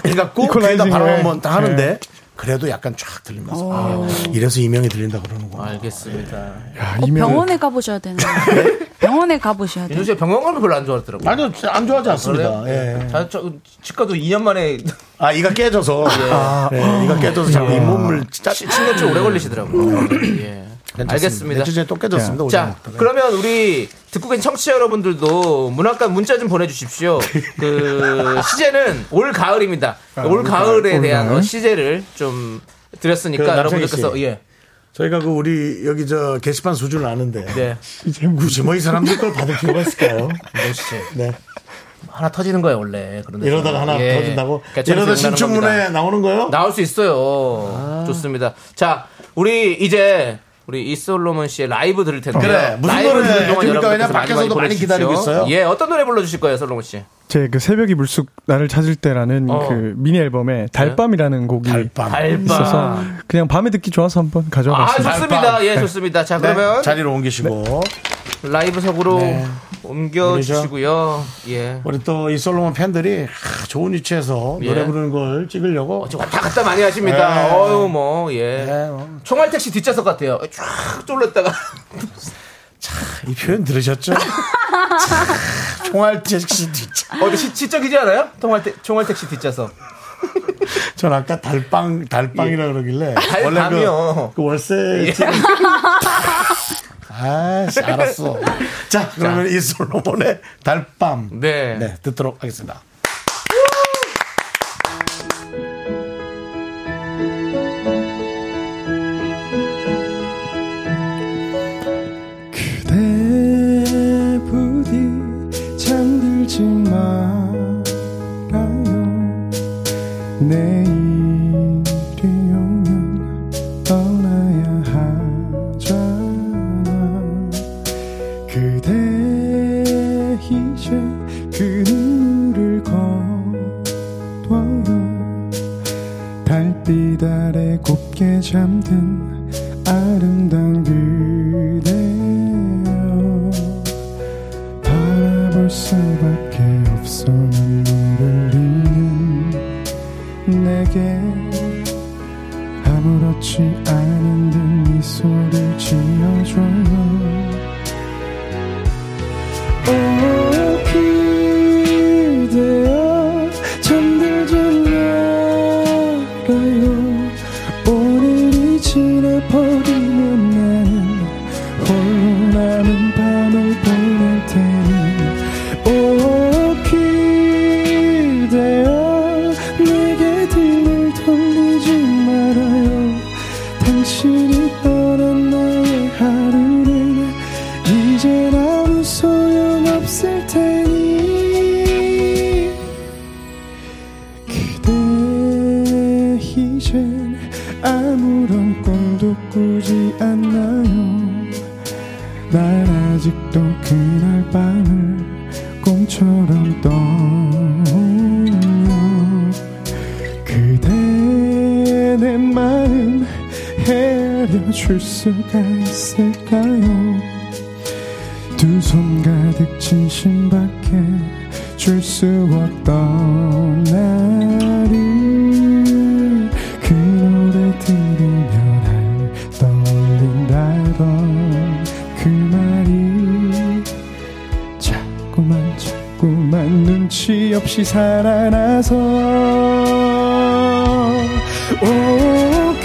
S1: 해갖고 귀에다
S9: 이퀄라이징을
S1: 바로 한번 다
S9: 해.
S1: 하는데
S2: 네.
S1: 그래도 약간 쫙
S2: 어.
S1: 들리면서 아, 이래서 이명이 들린다
S2: 아,
S1: 그러는구나.
S2: 알겠습니다.
S9: 아,
S10: 어, 병원에 가보셔야 되는데.
S9: 네?
S10: 병원에 가보셔야 돼요.
S2: 윤수 씨 병원 가는 거 별로 안 좋아하더라고요.
S1: 아니요, 안 좋아하지 않습니다.
S2: 그래요?
S1: 예.
S2: 자, 저, 치과도 2년 만에
S1: 아 이가 깨져서
S2: 예.
S1: 아, 예, 이가 깨져서 자꾸 잇몸을 짜.
S2: 7년째 오래 걸리시더라고요. 예. 알겠습니다.
S1: 며칠 전에 또 깨졌습니다. 오전에
S2: 자,
S1: 먹다가.
S2: 그러면 우리 듣고 계신 청취자 여러분들도 문학관 문자 좀 보내주십시오.
S1: [laughs]
S2: 그 시제는 올 가을입니다. 올 가을에
S1: 아, 올
S2: 대한
S1: 가을.
S2: 어, 시제를 좀 드렸으니까
S1: 그 남창희
S2: 여러분들께서
S1: 씨.
S2: 예.
S1: 저희가 그 우리 여기 저 게시판 수준을 아는데
S2: 네.
S1: [laughs] 이제 굳이 뭐 이 사람들 걸 받을 필요가 있을까요?
S2: 역시
S1: 네.
S2: 하나 터지는 거예요 원래. 그런데
S1: 이러다가 하나
S2: 예.
S1: 터진다고?
S2: 그러니까
S1: 이러다 신춘문예 나오는 거예요?
S2: 나올 수 있어요. 좋습니다. 자, 우리 이제 우리 이솔로몬 씨의 라이브 들을 텐데.
S1: 그래, 무슨 노래 해줍니까? 왜냐면 밖에서도 많이 기다리고 있어요.
S2: 예, 어떤 노래 불러주실 거예요, 솔로몬 씨?
S9: 제 그 새벽이 물속 나를 찾을 때라는
S2: 어.
S9: 그 미니 앨범에 네. 달밤이라는 아. 곡이
S2: 달밤.
S9: 있어서 그냥 밤에 듣기 좋아서 한번
S2: 아,
S9: 가져왔습니다.
S2: 좋습니다. 예, 좋습니다. 자, 그러면
S1: 네. 자리로 옮기시고
S2: 라이브석으로
S1: 네.
S2: 옮겨주시고요. 예.
S1: 우리 또 이 솔로몬 팬들이 아, 좋은 위치에서
S2: 예.
S1: 노래 부르는 걸 찍으려고
S2: 어, 지금 왔다 갔다 많이 하십니다.
S1: 네.
S2: 어유 뭐, 예. 총알 택시 뒷좌석 같아요. 쫙 쫄렸다가.
S1: 이 표현 들으셨죠? 총알 택시 뒷좌.
S2: 어, 시, 시적이지 않아요? 총알, 태, 총알 택시 뒷좌석.
S1: 전 아까 달빵 달빵이라 그러길래
S2: 달밤이요.
S1: 그, 그 월세 찍은 아, 씨, 알았어. 자, 그러면 이 솔로몬의 달밤.
S2: 네.
S1: 네, 듣도록 하겠습니다.
S8: 그대 부디 잠들지 말아요 내일이 오면 떠나야 하잖아 그대 이제 그 눈물을 거둬요 달빛 아래 곱게 잠든 아름다운 그대여 바라볼 수밖에 없어 눈물을 흘리는 내게 아무렇지 않은 듯 미소를 지어줘요 오 그대여 잠들지 말아요 오늘이 지나버리면 나는 홀로 남은 밤을 보낼 테니 오 그대여 내게 등을 돌리지 말아요 당신이 떠난 나의 하루는 이제 아무 소용없을 테니 그대 이젠 아무런 꿈도 꾸지 않나요 난 아직도 그날 밤을 꿈처럼 떠올려 그대 내 마음 헤아려 줄 수가 있을까요 두 손 가득 진심밖에 줄 수 없던 나를 그 노래 들으면 날 떠올린다던 그 말이 자꾸만 자꾸만 눈치 없이 살아나서 오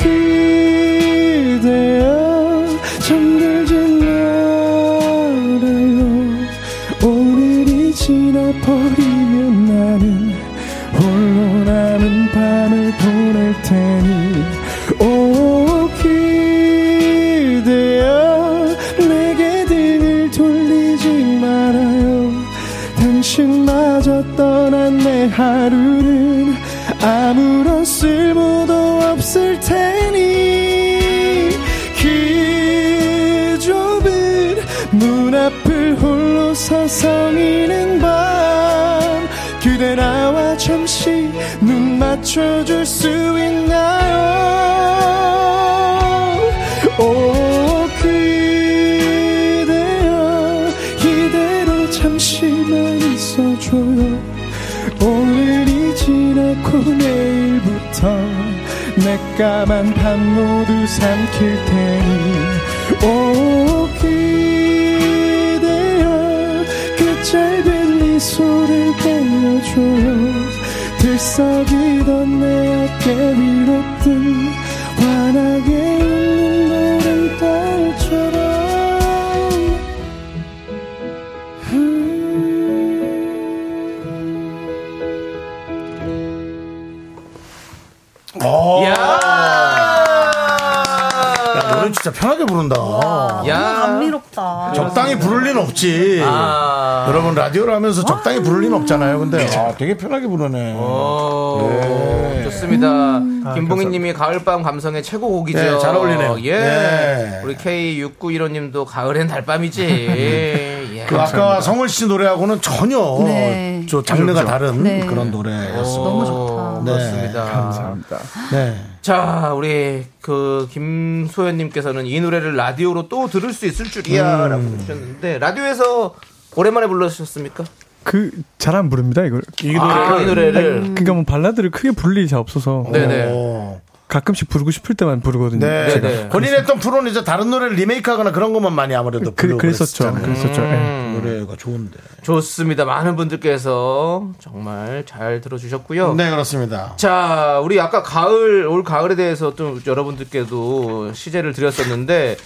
S8: 그대여 잠 없던 내 하루는 아무런 쓸모도 없을 테니 그 좁은 문 앞을 홀로서 성이는 밤 그대 나와 잠시 눈 맞춰줄 수 있나요 오 그대여 이대로 잠시만 있어줘요 오늘이 지나고 내일부터 내 까만 밤 모두 삼킬 테니 오 그대여 그 짧은 미소를 들려줘요 들썩이던 내 어깨 위로 뜬 환하게 웃는 노랫말처럼
S1: 오. 야, 노래 진짜 편하게 부른다.
S10: 너무 감미롭다.
S1: 적당히 부를 리는 없지.
S2: 아.
S1: 여러분 라디오를 하면서 적당히 부를 리는 없잖아요. 근데 아, 되게 편하게 부르네.
S2: 어,
S1: 예.
S2: 좋습니다.
S1: 아,
S2: 김봉희님이 가을밤 감성의 최고 곡이죠.
S1: 네, 잘 어울리네요.
S2: 예.
S1: 네.
S2: 우리 K6915님도
S1: [laughs]
S2: 가을엔 달밤이지. 예.
S1: 그 아까 성을 씨 노래하고는 전혀
S2: 네.
S1: 저 장르가
S2: 그렇죠.
S1: 다른
S2: 네.
S1: 그런 노래였습니다.
S2: 좋다.
S1: 네.
S2: 그렇습니다.
S1: 감사합니다. 네.
S2: 자, 우리 그 김소연님께서는 이 노래를 라디오로 또 들을 수 있을 줄이야라고
S9: 음.
S2: 해주셨는데 라디오에서 오랜만에 불러주셨습니까?
S9: 그 잘 안 부릅니다 이걸.
S2: 이 노래를? 아, 이 노래를.
S9: 아니, 그러니까 뭐 발라드를 크게 부를 일이 잘 없어서.
S2: 네네.
S9: 가끔씩 부르고 싶을 때만 부르거든요.
S1: 네.
S9: 제가.
S1: 네. 본인이 했던 프로는 이제 다른 노래를 리메이크하거나 그런 것만 많이 아무래도
S9: 그,
S1: 부르고
S9: 그랬었죠.
S1: 그랬었잖아요.
S9: 그랬었죠. 예.
S2: 음.
S1: 노래가 좋은데.
S2: 좋습니다. 많은 분들께서 정말 잘 들어주셨고요.
S1: 네, 그렇습니다.
S2: 자, 우리 아까 가을 올 가을에 대해서 좀 여러분들께도 시제를 드렸었는데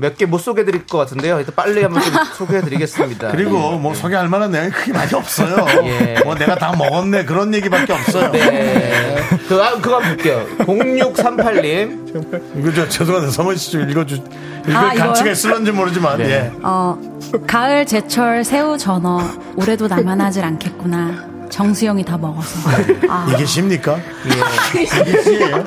S2: 몇 개 못 소개드릴 것 같은데요. 일단 빨리 한번
S1: [laughs]
S2: 좀 소개해드리겠습니다.
S1: 그리고 뭐 소개할 만한 내용이 크게 많이 없어요.
S2: 예.
S1: 뭐 내가 다 먹었네 그런 얘기밖에 없어요.
S2: 네. 그, 아, 그거 한번 볼게요. 0638님.
S1: 이거 저 죄송한데 서문 씨 좀 읽어주. 이거
S6: 아, 이거요?
S1: 가치가 있을런지 모르지만 예.
S6: 어, 가을 제철 새우 전어 올해도 나만 하질 않겠구나. 정수영이 다 먹어서. 아.
S1: 이게 십니까?
S6: 예.
S1: [laughs] 이게 시예요?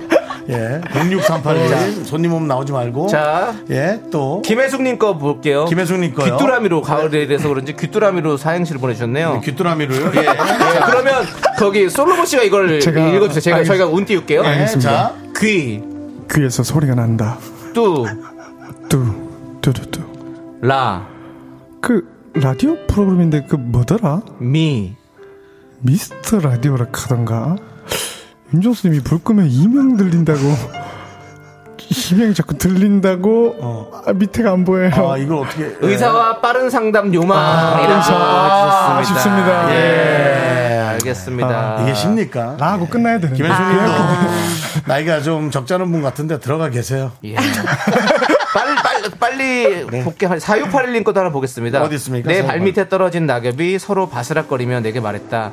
S1: 예. 0638님 손님 오면 나오지 말고.
S2: 자.
S1: 예. 또
S2: 김혜숙님 거 볼게요.
S1: 김혜숙님 거요?
S2: 귀뚜라미로 가을에 대해서 그런지 귀뚜라미로 사행시를 보내주셨네요.
S1: 귀뚜라미로요?
S2: 예. 자, 그러면 거기 솔로몬 씨가 이걸
S9: 제가
S2: 읽어주세요. 제가
S9: 알겠-
S2: 저희가 운 띄울게요.
S9: 예, 알겠습니다.
S2: 자, 귀,
S9: 귀에서 소리가 난다.
S2: 뚜,
S9: 뚜, 뚜두뚜.
S2: 라,
S9: 그 라디오 프로그램인데 그 뭐더라?
S2: 미.
S9: 미스터 라디오라 하던가. 윤종수님이 불 끄면 이명 들린다고. 이명이 자꾸 들린다고. 아, 밑에가 안 보여요.
S1: 아 이걸 어떻게
S2: 그 의사와 빠른 상담
S1: 아,
S2: 요망이라고
S9: 의사.
S2: 해주셨습니다.
S9: 아쉽습니다.
S2: 예, 알겠습니다.
S1: 아, 이게 십니까?
S6: 아.
S9: 라고 아, 끝나야 되는데.
S1: 김혜숙님도 나이가 좀 적잖은 분 같은데 들어가 계세요.
S2: 예. 빨리 빨리 빨리 복귀할 4681님 것도 하나 보겠습니다.
S1: 네. 어디 있습니까?
S2: 내
S1: 사육팔.
S2: 발밑에 떨어진 낙엽이 서로 바스락거리며 내게 말했다.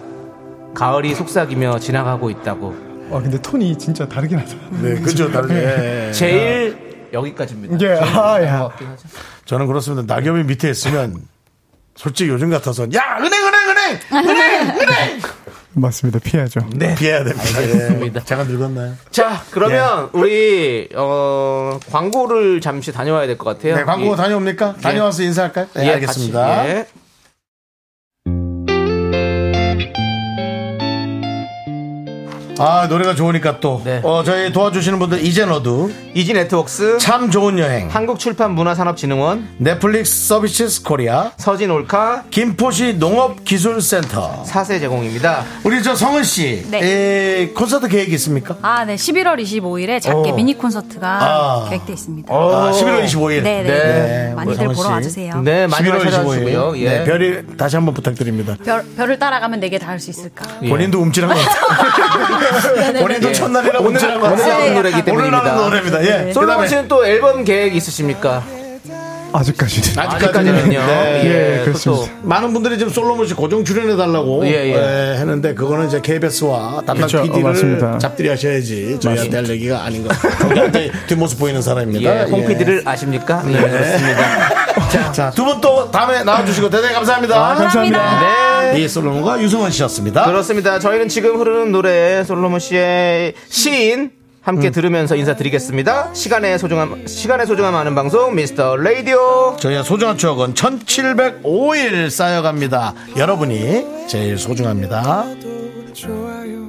S2: 가을이 속삭이며 지나가고 있다고.
S9: 아, 근데 톤이 진짜 다르긴 하다.
S1: 네, 그죠, 다르죠. 예.
S2: 제일 여기까지입니다.
S9: 예, 아, 야.
S1: 저는 그렇습니다. 낙엽이 밑에 있으면 솔직히 요즘 같아서 야 은행 은행 은행 은행 은행
S9: 맞습니다. 피해야죠.
S1: 네. 피해야 됩니다.
S2: 알겠습니다.
S1: 예. 제가 늙었나요?
S2: 자, 그러면
S1: 예.
S2: 우리 어, 광고를 잠시 다녀와야 될 것 같아요.
S1: 네, 광고
S2: 예.
S1: 다녀옵니까?
S2: 예.
S1: 다녀와서 인사할까요? 네,
S2: 예,
S1: 알겠습니다.
S2: 같이, 예.
S1: 아 노래가 좋으니까 또
S2: 네.
S1: 어, 저희 도와주시는 분들 이제 너도
S2: 이지 네트웍스
S1: 참 좋은 여행
S2: 한국출판문화산업진흥원
S1: 넷플릭스 서비스 코리아
S2: 서진 올카
S1: 김포시 농업기술센터
S2: 사세 제공입니다.
S1: 우리 저 성은 씨
S6: 네.
S1: 에, 콘서트 계획 있습니까?
S6: 아, 네. 11월 25일에 작게
S9: 어.
S1: 오.
S6: 미니 콘서트가
S1: 아.
S6: 계획돼 있습니다.
S1: 아, 11월 25일.
S6: 어. 네, 네.
S1: 네,
S6: 많이들
S1: 우리 성은
S6: 보러
S1: 씨.
S6: 와주세요.
S2: 네, 많이 많이
S1: 11월
S2: 찾아주시고요.
S1: 25일.
S2: 예.
S1: 네, 별이 다시 한번 부탁드립니다.
S6: 별, 별을 따라가면
S10: 네
S6: 내게 닿을 수 있을까?
S1: 본인도 움찔한 것
S2: [laughs]
S1: 같아요. 본인도
S2: 예.
S1: 첫날이라
S2: 오늘
S1: 움찔한 것
S2: 오늘 나온
S1: 같아요.
S2: 노래이기
S1: 오늘
S2: 때문입니다. 네.
S1: 나온 노래입니다. 예.
S2: 솔로몬
S1: 그다음에
S2: 씨는 또 앨범 계획 있으십니까?
S9: 아직까지는.
S2: 아직까지는요.
S1: 네.
S2: 예,
S9: 예,
S2: 그것도
S9: 그렇습니다.
S1: 많은 분들이 지금 솔로몬 씨 고정 출연해달라고
S2: 예, 예.
S1: 예, 했는데 그거는 이제 KBS와 담당
S9: 그렇죠. 어,
S1: PD를
S9: 맞습니다.
S1: 잡들이 하셔야지 저희한테 할
S2: [laughs]
S1: 얘기가 아닌 것 같아요. 저희한테 뒷모습 보이는 사람입니다. 예.
S2: 네, 예, 홍 PD를 아십니까? 네, 그렇습니다.
S1: 자, 두 분 또 다음에 나와주시고 대단히 감사합니다.
S2: 아, 감사합니다. 감사합니다.
S1: 네. 솔로몬과 유승원 씨였습니다.
S2: 그렇습니다. 저희는 지금 흐르는 노래 솔로몬 씨의 시인 함께 들으면서 인사드리겠습니다. 시간의 소중함 시간의 소중함 아는 방송 미스터 라디오.
S1: 저희의 소중한 추억은 1705일 쌓여갑니다. 여러분이 제일 소중합니다.
S8: 좋아요